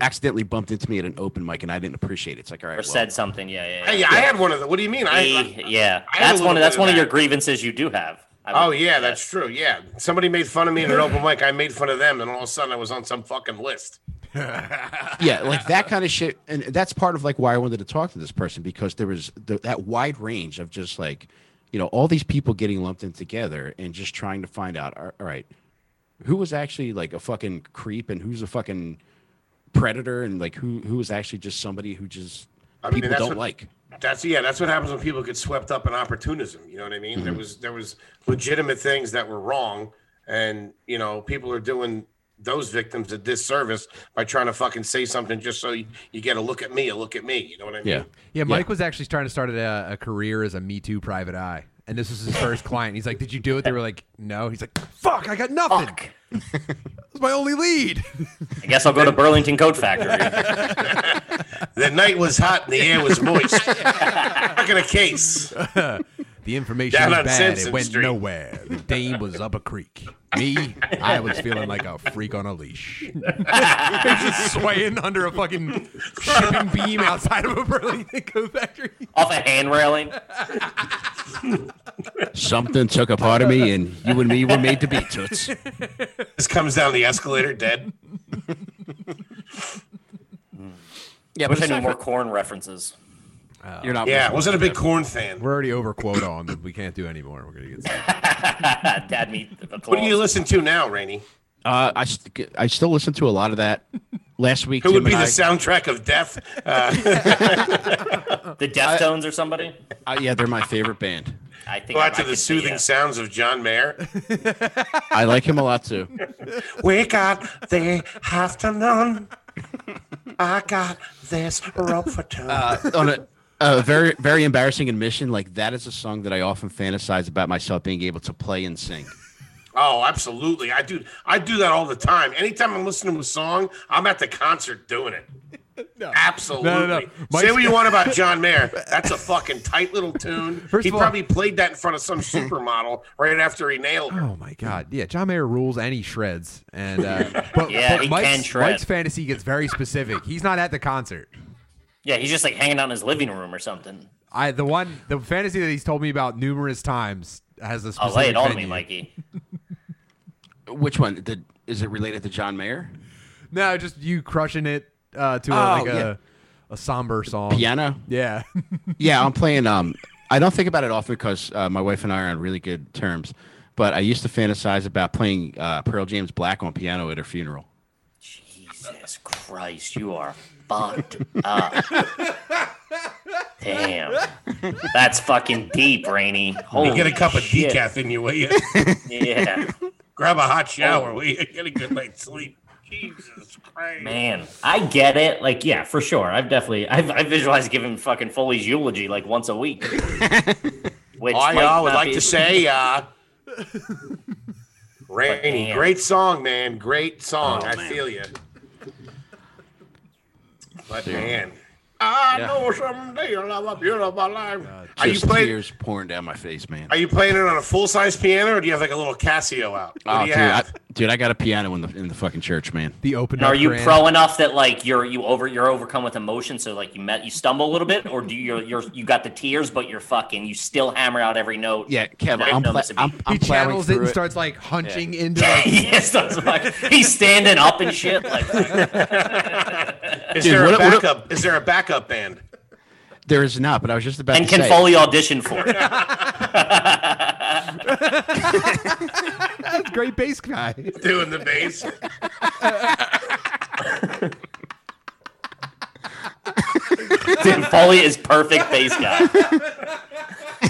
D: accidentally bumped into me at an open mic and i didn't appreciate it it's like all right
B: Or
D: well,
B: said something. Yeah, yeah. yeah.
C: Hey, I had one of the. What do you mean? I,
B: Eh, yeah.
C: I had a
B: That's
C: little
B: one of that's
C: bit of
B: one of your
C: that.
B: grievances you do have. I
C: Oh
B: would-
C: yeah, that's true. Yeah, somebody made fun of me in an open mic. I made fun of them, and all of a sudden I was on some fucking list.
D: yeah, like that kind of shit, and that's part of like why I wanted to talk to this person because there was the, that wide range of just like, you know, all these people getting lumped in together and just trying to find out, all all right, who was actually like a fucking creep and who's a fucking predator and like who who was actually just somebody who just
C: I mean,
D: people
C: that's
D: don't
C: what-
D: like.
C: That's yeah. That's what happens when people get swept up in opportunism. You know what I mean? There was there was legitimate things that were wrong, and you know people are doing those victims a disservice by trying to fucking say something just so you, you get a look at me, a look at me. You know what I mean?
D: Yeah.
A: Yeah, Mike was actually trying to start a, a career as a Me Too private eye, and this was his first client. He's like, "Did you do it?" They were like, "No." He's like, "Fuck, I got nothing.
B: Fuck.
A: It was my only lead."
B: I guess I'll go to Burlington Coat Factory.
C: The night was hot and the air was moist. Back in a case.
A: the information
C: Down
A: was
C: on
A: bad.
C: Simpson
A: it went
C: Street.
A: nowhere. The dame was up a creek. Me, I was feeling like a freak on a leash, just swaying under a fucking shipping beam outside of a Burlington coat factory.
B: Off a hand railing.
D: Something took a part of me, and you and me were made to be toots.
C: This comes down the escalator dead.
D: Yeah,
B: Wish I
D: it's
B: knew
D: not-
B: more corn references.
D: You're not.
C: Yeah, wasn't a big corn fan.
A: We're already over quota on them. We can't do any more. We're gonna get.
B: Dad meat. the
C: What do you
B: claws.
C: listen to now, Rainey?
D: Uh, I, st- I still listen to a lot of that. Last week,
C: Who would
D: Tim
C: be the
D: and I,
C: soundtrack of death? Uh,
B: The Deftones or somebody?
D: I- Uh, yeah, they're my favorite band.
B: I think
C: go
B: I
C: out to
B: might
C: the
B: get
C: soothing
B: uh,
C: sounds of John Mayer.
D: I like him a lot too.
C: We got the afternoon. I got this rope for two.
D: on a, a very very embarrassing admission, like that is a song that I often fantasize about myself being able to play and sing.
C: oh, absolutely. I do I do that all the time. Anytime I'm listening to a song, I'm at the concert doing it. Absolutely.
A: No, no, no.
C: Say
A: Mike's-
C: what you want about John Mayer. That's a fucking tight little tune.
A: First
C: he
A: of all-
C: probably played that in front of some supermodel right after he nailed her.
A: Oh my god! Yeah, John Mayer rules and he shreds. And uh, but,
B: Yeah,
A: but
B: he
A: Mike's,
B: can shred.
A: Mike's fantasy gets very specific. He's not at the concert.
B: Yeah, he's just like hanging out in his living room or something.
A: I the one the fantasy that he's told me about numerous times has a
B: I'll
A: specific.
B: lay it on me,
A: venue.
B: Mikey.
D: Which one? The, is it related to John Mayer?
A: No, just you crushing it uh, to
D: Oh,
A: a, like
D: yeah.
A: a a somber song.
D: Piano?
A: Yeah.
D: Yeah, I'm playing. Um, I don't think about it often because uh, my wife and I are on really good terms. But I used to fantasize about playing uh, Pearl James Black on piano at her funeral.
B: Jesus Christ, you are fucked up. Damn. That's fucking deep, Rainy. Holy
C: You get a cup of
B: shit.
C: decaf in you, will you?
B: Yeah.
C: Grab a hot shower, will you? Get a good night's sleep. Jesus Christ.
B: Man, I get it. Like, yeah, for sure. I've definitely, I've, I visualized giving fucking Foley's eulogy like once a week. Which
C: I
B: might
C: y'all would
B: not
C: like
B: be-
C: to say, uh, Rainy,
B: Damn.
C: great song, man. Great song.
D: Oh,
C: I
D: man.
C: feel you. But man, I
D: Yeah.
C: know someday you'll have a beautiful life. are you
D: Just
C: playing?
D: tears pouring down my face, man.
C: Are you playing it on a full size piano, or do you have like a little Casio out? What
D: Oh,
C: do you
D: dude, I,
C: have?
D: dude, I got a piano in the in the fucking church, man.
A: The open.
B: And are
A: up
B: you
A: grand-
B: pro enough that like you're you over you're overcome with emotion, so like you met you stumble a little bit, or do you you're you got the tears, but you're fucking you still hammer out every note.
D: Yeah, Kev,
B: Right,
D: I'm,
B: no,
D: pla-
B: Mr.
D: I'm,
B: Bean.
D: I'm
A: he
D: plowing
A: channels it
D: through
A: and
D: it.
A: starts like hunching into. Like,
B: yes, that's like he's standing up and shit. Like,
C: Is
D: Dude,
C: there a
D: what- what-
C: backup? is there a backup band?
D: There is not, but I was just about
B: and
D: to
B: can
D: say.
B: Foley audition for it?
A: That's great bass guy.
C: Doing the bass.
B: Tim Foley is perfect bass guy.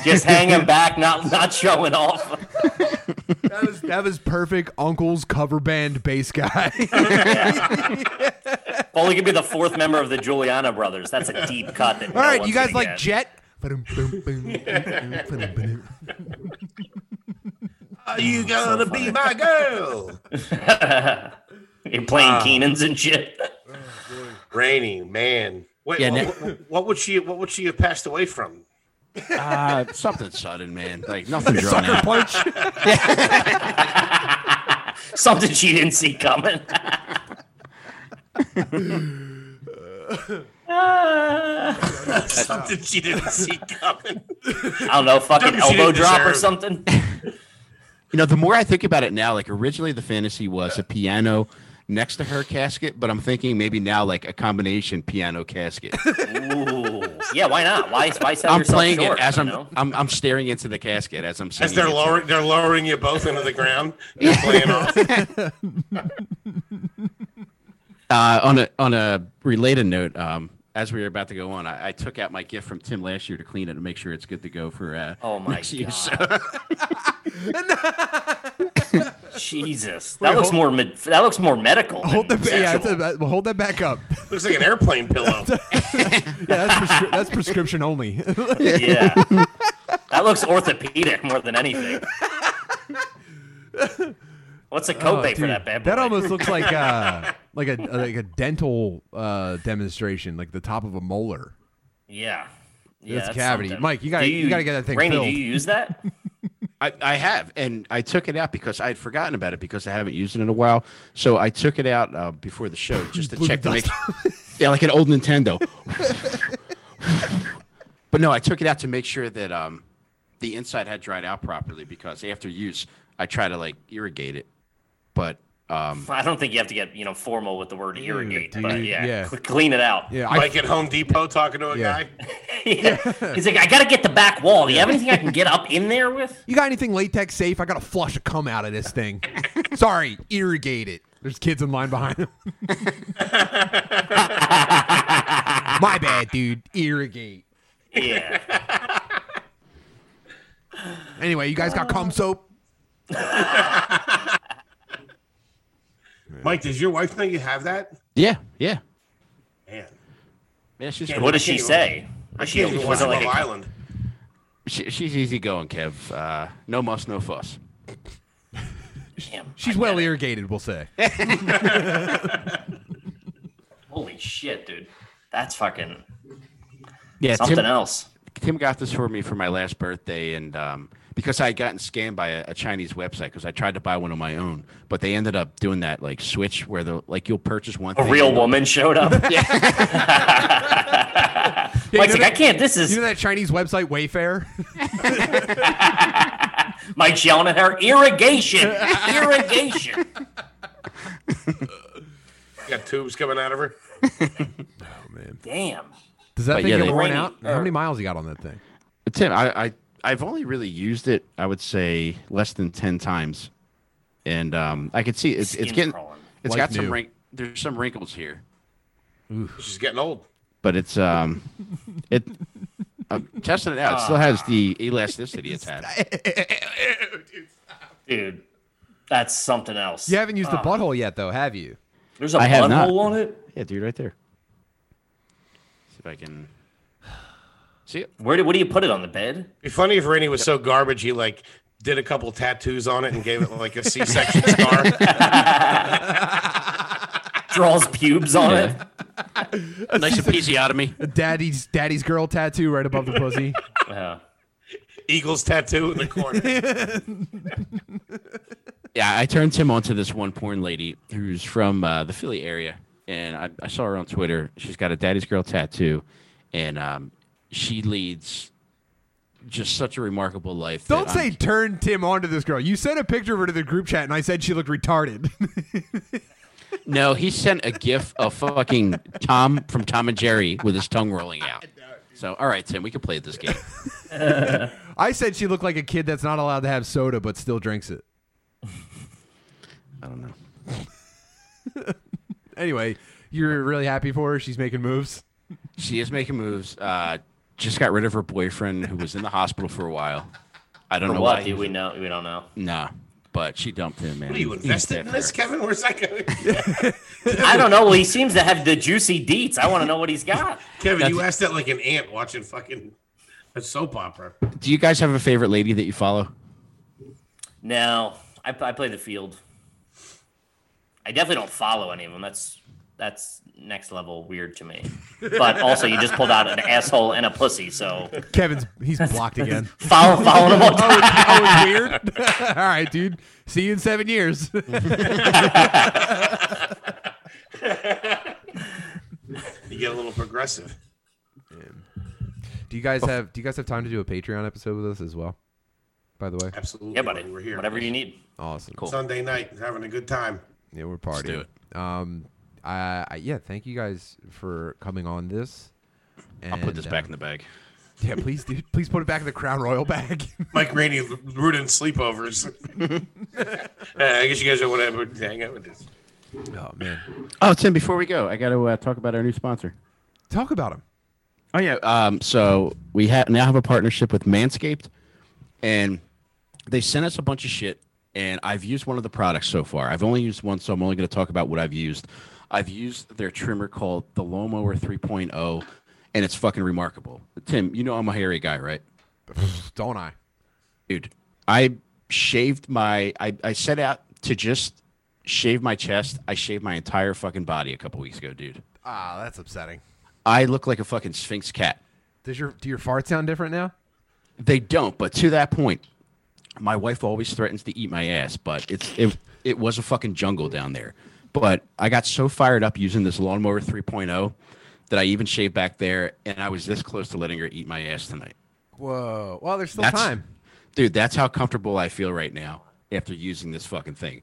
B: Just hanging back, not not showing off.
A: That was that was perfect. Uncle's cover band bass guy.
B: Foley could be the fourth member of the Juliana Brothers. That's a deep cut. That
A: All right, you guys like
B: Jet?
A: Jet? That's
C: Are you gonna be my girl?
B: You're playing
A: Ah.
B: Keenan's and shit.
C: Rainy, man. Wait,
D: Yeah,
C: what,
D: ne-
C: what- what would she? What would she have passed away from?
D: Uh, something sudden, man. Like nothing drawn out.
A: punch.
B: Something she didn't see coming.
C: Something she didn't see coming.
B: I don't know, fucking
C: Something she
B: elbow
C: didn't
B: drop or
C: deserve.
B: something.
D: You know, the more I think about it now, like originally the fantasy was a piano next to her casket, but I'm thinking maybe now like a combination piano casket.
B: Ooh. Yeah, why not? Why why sell
D: I'm
B: yourself
D: playing
B: short?
D: it as
B: you
D: I'm,
B: know?
D: I'm I'm staring into the casket as I'm singing.
C: As they're
D: it.
C: lowering, they're lowering you both into the ground. You're playing off.
D: uh, on a on a related note, um, as we were about to go on, I, I took out my gift from Tim last year to clean it and make sure it's good to go for. Uh,
B: Oh my
D: next year.
B: God.
D: So-
B: Jesus, that looks more med- that looks more medical.
A: Hold
B: than
A: that, yeah,
B: sexual.
A: that's- uh, hold that back up.
C: Looks like an airplane pillow.
A: Yeah, that's, prescri- that's prescription only.
B: yeah. That looks orthopedic more than anything. What's the
A: Oh,
B: copay for
A: dude,
B: that bad boy?
A: That almost looks like uh like a like a dental uh demonstration, like the top of a molar.
B: yeah. Yeah,
A: That's cavity. Mike, you gotta-
B: Do
A: you gotta get that thing
B: Rainey,
A: filled.
B: do you use that?
D: I, I have, and I took it out because I had forgotten about it because I haven't used it in a while. So I took it out uh, before the show just to
A: Blew
D: check
A: the
D: to make, yeah, like an old Nintendo. but no, I took it out to make sure that um, the inside had dried out properly because after use, I try to like irrigate it, but um,
B: I don't think you have to get you know formal with the word irrigate, but
A: dude,
B: yeah,
A: yeah.
B: cl- clean it out.
A: Yeah, I,
C: like at Home Depot talking to a
A: Yeah.
C: guy.
B: Yeah. He's like, I gotta get the back wall. Do you have anything I can get up in there with?
A: you got anything latex safe? I gotta flush a cum out of this thing. Sorry, irrigate it. There's kids in line behind him. My bad, dude. Irrigate.
B: Yeah.
A: Anyway, you guys got
B: Uh,
A: cum soap?
C: Mike, does your wife know you have that?
D: yeah, yeah,
C: Man,
D: yeah. She's
C: Yeah,
D: cool.
B: What does she
C: can't-
B: say?
C: I
B: She
C: can't even watch
B: wasn't
C: Love
B: like a-
C: Island.
D: she, she's easy going, Kev. Uh, no muss, no fuss.
B: Damn,
A: She's
B: I
A: well
B: get it.
A: irrigated, we'll say.
B: Holy shit, dude. That's fucking
D: Yeah,
B: something else.
D: Tim got this for me for my last birthday, and um, because I had gotten scammed by a, a Chinese website, because I tried to buy one of my own, but they ended up doing that like switch where the like you'll purchase one
B: A
D: thing-
B: real woman showed up.
A: Yeah,
B: Mike's
A: you know
B: like, I
A: that-
B: can't. This
A: You
B: is
A: know that Chinese website Wayfair?
B: Mike's yelling at her. Irrigation, irrigation.
C: Got tubes coming out of her.
B: Damn.
A: Does that
D: But
A: thing
D: yeah,
A: ever
D: they-
A: run
B: Rainy-
A: out? How many miles you got on that thing?
D: Tim, I, I I've only really used it, I would say, less than ten times, and um, I could see it's
B: Skin's
D: it's getting
B: crawling.
D: it's
A: Like
D: got some
A: new.
D: wrink there's some wrinkles here,
C: She's getting old.
D: but it's um it. I'm testing it out. It
B: Ah.
D: still has the elasticity attached.
B: Dude, that's something else.
A: You haven't used the butthole yet, though, have you?
B: There's a
D: I have not.
B: butthole on it.
D: Yeah, dude, right there. See if I can see it.
B: Where do, what do you put it on the bed?
C: It'd be funny if Rainey was so garbage he like did a couple tattoos on it and gave it like a C-section scar.
B: Draws pubes on it.
D: Nice episiotomy.
A: Daddy's daddy's girl tattoo right above the pussy.
B: Yeah.
C: Eagles tattoo in the corner.
D: Yeah, I turned Tim onto this one porn lady who's from uh, the Philly area, and I, I saw her on Twitter. She's got a daddy's girl tattoo, and um, she leads just such a remarkable life. that
A: Don't say
D: I'm-
A: turn Tim on to this girl. You sent a picture of her to the group chat, and I said she looked retarded.
D: no. He sent a gif of fucking Tom from Tom and Jerry with his tongue rolling out. So, all right, Tim, we can play this game.
A: I said she looked like a kid that's not allowed to have soda but still drinks it.
D: I don't know.
A: Anyway, you're really happy for her. She's making moves.
D: She is making moves. Uh, just got rid of her boyfriend who was in the hospital for a while. I don't know why.
B: What
D: he
B: do we
D: was-
B: know? We don't know.
D: Nah, but she dumped him, man.
C: What are you
D: He was
C: invested
D: after
C: in this,
D: her.
C: Kevin? Where's that going?
B: I don't know. Well, he seems to have the juicy deets. I want to know what he's got.
C: Kevin, you asked that like an ant watching fucking a soap opera.
D: Do you guys have a favorite lady that you follow?
B: No, I, I play the field. I definitely don't follow any of them. That's that's next level weird to me. But also, you just pulled out an asshole and a pussy, so
A: Kevin's he's blocked again.
B: follow following them all.
A: oh, it's weird. All right, dude. See you in seven years.
C: You get a little progressive.
A: Do you guys have Do you guys have time to do a Patreon episode with us as well? By the way,
C: Absolutely.
B: Yeah, buddy.
C: We're here.
B: Whatever you need.
A: awesome.
C: Sunday night, having a good time.
A: Yeah, we're partying.
D: do
A: it. Um, I, I yeah, thank you guys for coming on this.
D: I'll put this
A: And,
D: back
A: uh,
C: um,
D: in the bag.
A: yeah, please do. Please put it back in the Crown Royal bag.
C: Mike Rainey rooting sleepovers. Uh, I guess you guys don't want to hang out with this.
A: oh man.
D: Oh, Tim, before we go, I got to uh, talk about our new sponsor.
A: Talk about them.
D: Oh yeah. Um, so we ha- now have a partnership with Manscaped, and they sent us a bunch of shit. And I've used one of the products so far. I've only used one, so I'm only going to talk about what I've used. I've used their trimmer called the Lomower 3.0, oh, and it's fucking remarkable. Tim, you know I'm a hairy guy, right?
A: Don't I?
D: dude i shaved my I, I set out to just shave my chest i shaved my entire fucking body a couple weeks ago dude
A: Ah, that's upsetting.
D: i look like a fucking sphinx cat
A: Does your do your fart sound different now?
D: they don't but to that point my wife always threatens to eat my ass but it's it, it was a fucking jungle down there but i got so fired up using this lawnmower 3.0 that i even shaved back there and i was this close to letting her eat my ass tonight
A: Whoa. Well, there's still
D: that's
A: time.
D: dude that's how comfortable i feel right now after using this fucking thing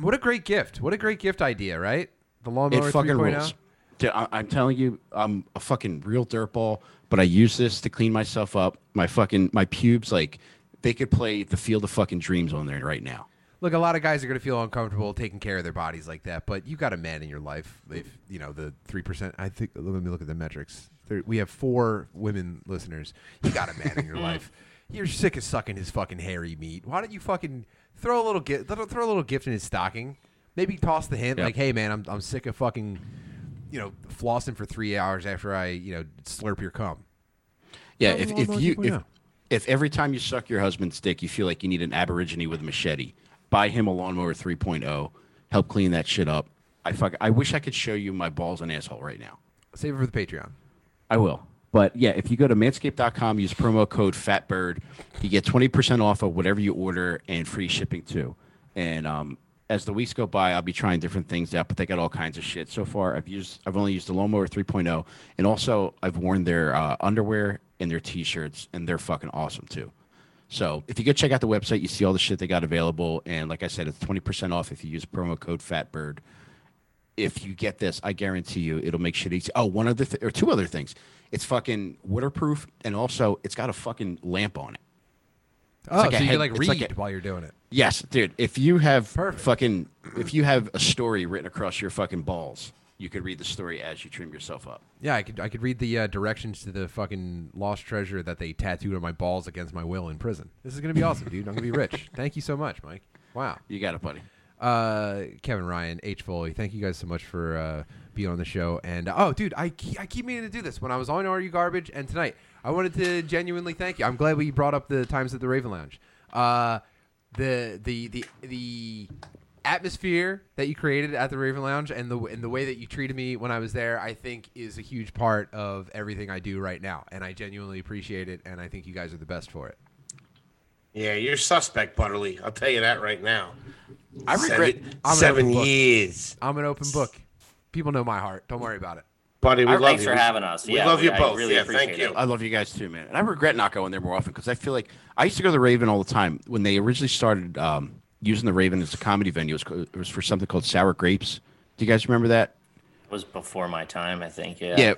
A: What a great gift. What a great gift idea, right? The lawnmower oh?
D: It fucking
A: 3.0.
D: rules. Dude, I, I'm telling you, I'm a fucking real dirtball, but I use this to clean myself up. My fucking my pubes, like they could play the field of fucking dreams on there right now.
A: Look, a lot of guys are going to feel uncomfortable taking care of their bodies like that, but you got a man in your life. If you know the three percent, I think. Let me look at the metrics. There, we have four women listeners. You got a man in your life. You're sick of sucking his fucking hairy meat. Why don't you fucking throw a little gift? Throw a little gift in his stocking. Maybe toss the hint
D: Yeah.
A: like, "Hey, man, I'm I'm sick of fucking, you know, flossing for three hours after I you know slurp your cum."
D: Yeah,
A: Oh,
D: if,
A: well,
D: if
A: well,
D: you
A: well, yeah.
D: if, if every time you suck your husband's dick, you feel like you need an aborigine with a machete, buy him a lawnmower 3.0, help clean that shit up. I fuck. I wish I could show you my balls and asshole right now.
A: Save it for the Patreon.
D: I will. But yeah, if you go to manscaped.com, use promo code FATBIRD, you get 20% off of whatever you order and free shipping too. And um, as the weeks go by, I'll be trying different things out, but they got all kinds of shit. So far, I've used I've only used the lawnmower 3.0, and also I've worn their uh, underwear and their t-shirts, and they're fucking awesome too. So if you go check out the website, you see all the shit they got available. And like I said, it's 20% off if you use promo code FATBIRD if you get this, I guarantee you it'll make shit easy. Oh, one other th- or two other things. It's fucking waterproof and also it's got a fucking lamp on it.
A: Oh,
D: like a
A: so you
D: head-
A: can like
D: it's
A: read
D: like a-
A: while you're doing it.
D: Yes, dude. If you have
A: Perfect.
D: fucking if you have a story written across your fucking balls, you could read the story as you trim yourself up.
A: Yeah, I could I could read the uh, directions to the fucking lost treasure that they tattooed on my balls against my will in prison. This is gonna be awesome, dude. I'm gonna be rich. Thank you so much, Mike. Wow.
D: You got it, buddy.
A: Uh, Kevin Ryan, H Foley, thank you guys so much for uh, being on the show. And uh, oh, dude, I ke- I keep meaning to do this. When I was on Are You Garbage and tonight, I wanted to genuinely thank you. I'm glad we brought up the times at the Raven Lounge. Uh, the the the the atmosphere that you created at the Raven Lounge and the and the way that you treated me when I was there, I think is a huge part of everything I do right now. And I genuinely appreciate it. And I think you guys are the best for it.
C: Yeah, you're suspect, Butterly. I'll tell you that right now.
D: I regret
C: seven,
A: I'm an
C: seven
A: open book.
C: years,
A: I'm an open book. People know my heart. Don't worry about it.
C: buddy. We
B: Our-
C: love
B: thanks
C: you.
B: for
C: We-
B: having us.
C: We
B: Yeah,
C: love
B: we-
C: you
B: I
C: both.
B: really
C: yeah,
B: appreciate
C: thank
B: it.
C: you.
D: I love you guys too, man. And I regret not going there more often because I feel like I used to go to the Raven all the time. When they originally started um, using the Raven as a comedy venue, it was, co- it was for something called Sour Grapes. Do you guys remember that?
B: It was before my time, I think. Yeah.
D: Yeah,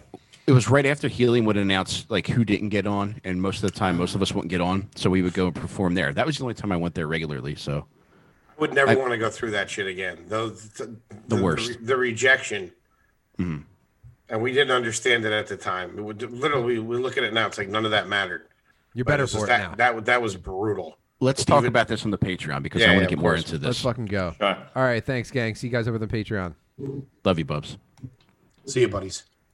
D: it was right after Helium would announce like who didn't get on, and most of the time, most of us wouldn't get on, so we would go and perform there. That was the only time I went there regularly. So
C: I would never want to go through that shit again. Though the,
D: The worst.
C: the, rejection. And we didn't understand it at the time. It would, literally, we look at it now. It's like none of that mattered.
A: You're
C: But
A: better
C: it's just
A: for it
C: that,
A: now.
C: That wa- that was brutal.
D: let's talk about this on the Patreon because
C: Yeah,
D: I want
C: yeah,
D: to
C: of
D: get more
C: course.
D: into
A: Let's
D: this.
A: fucking go.
B: Sure.
A: All right, thanks, gang. See you guys over on Patreon.
D: Love you, Bubs.
C: See you, buddies.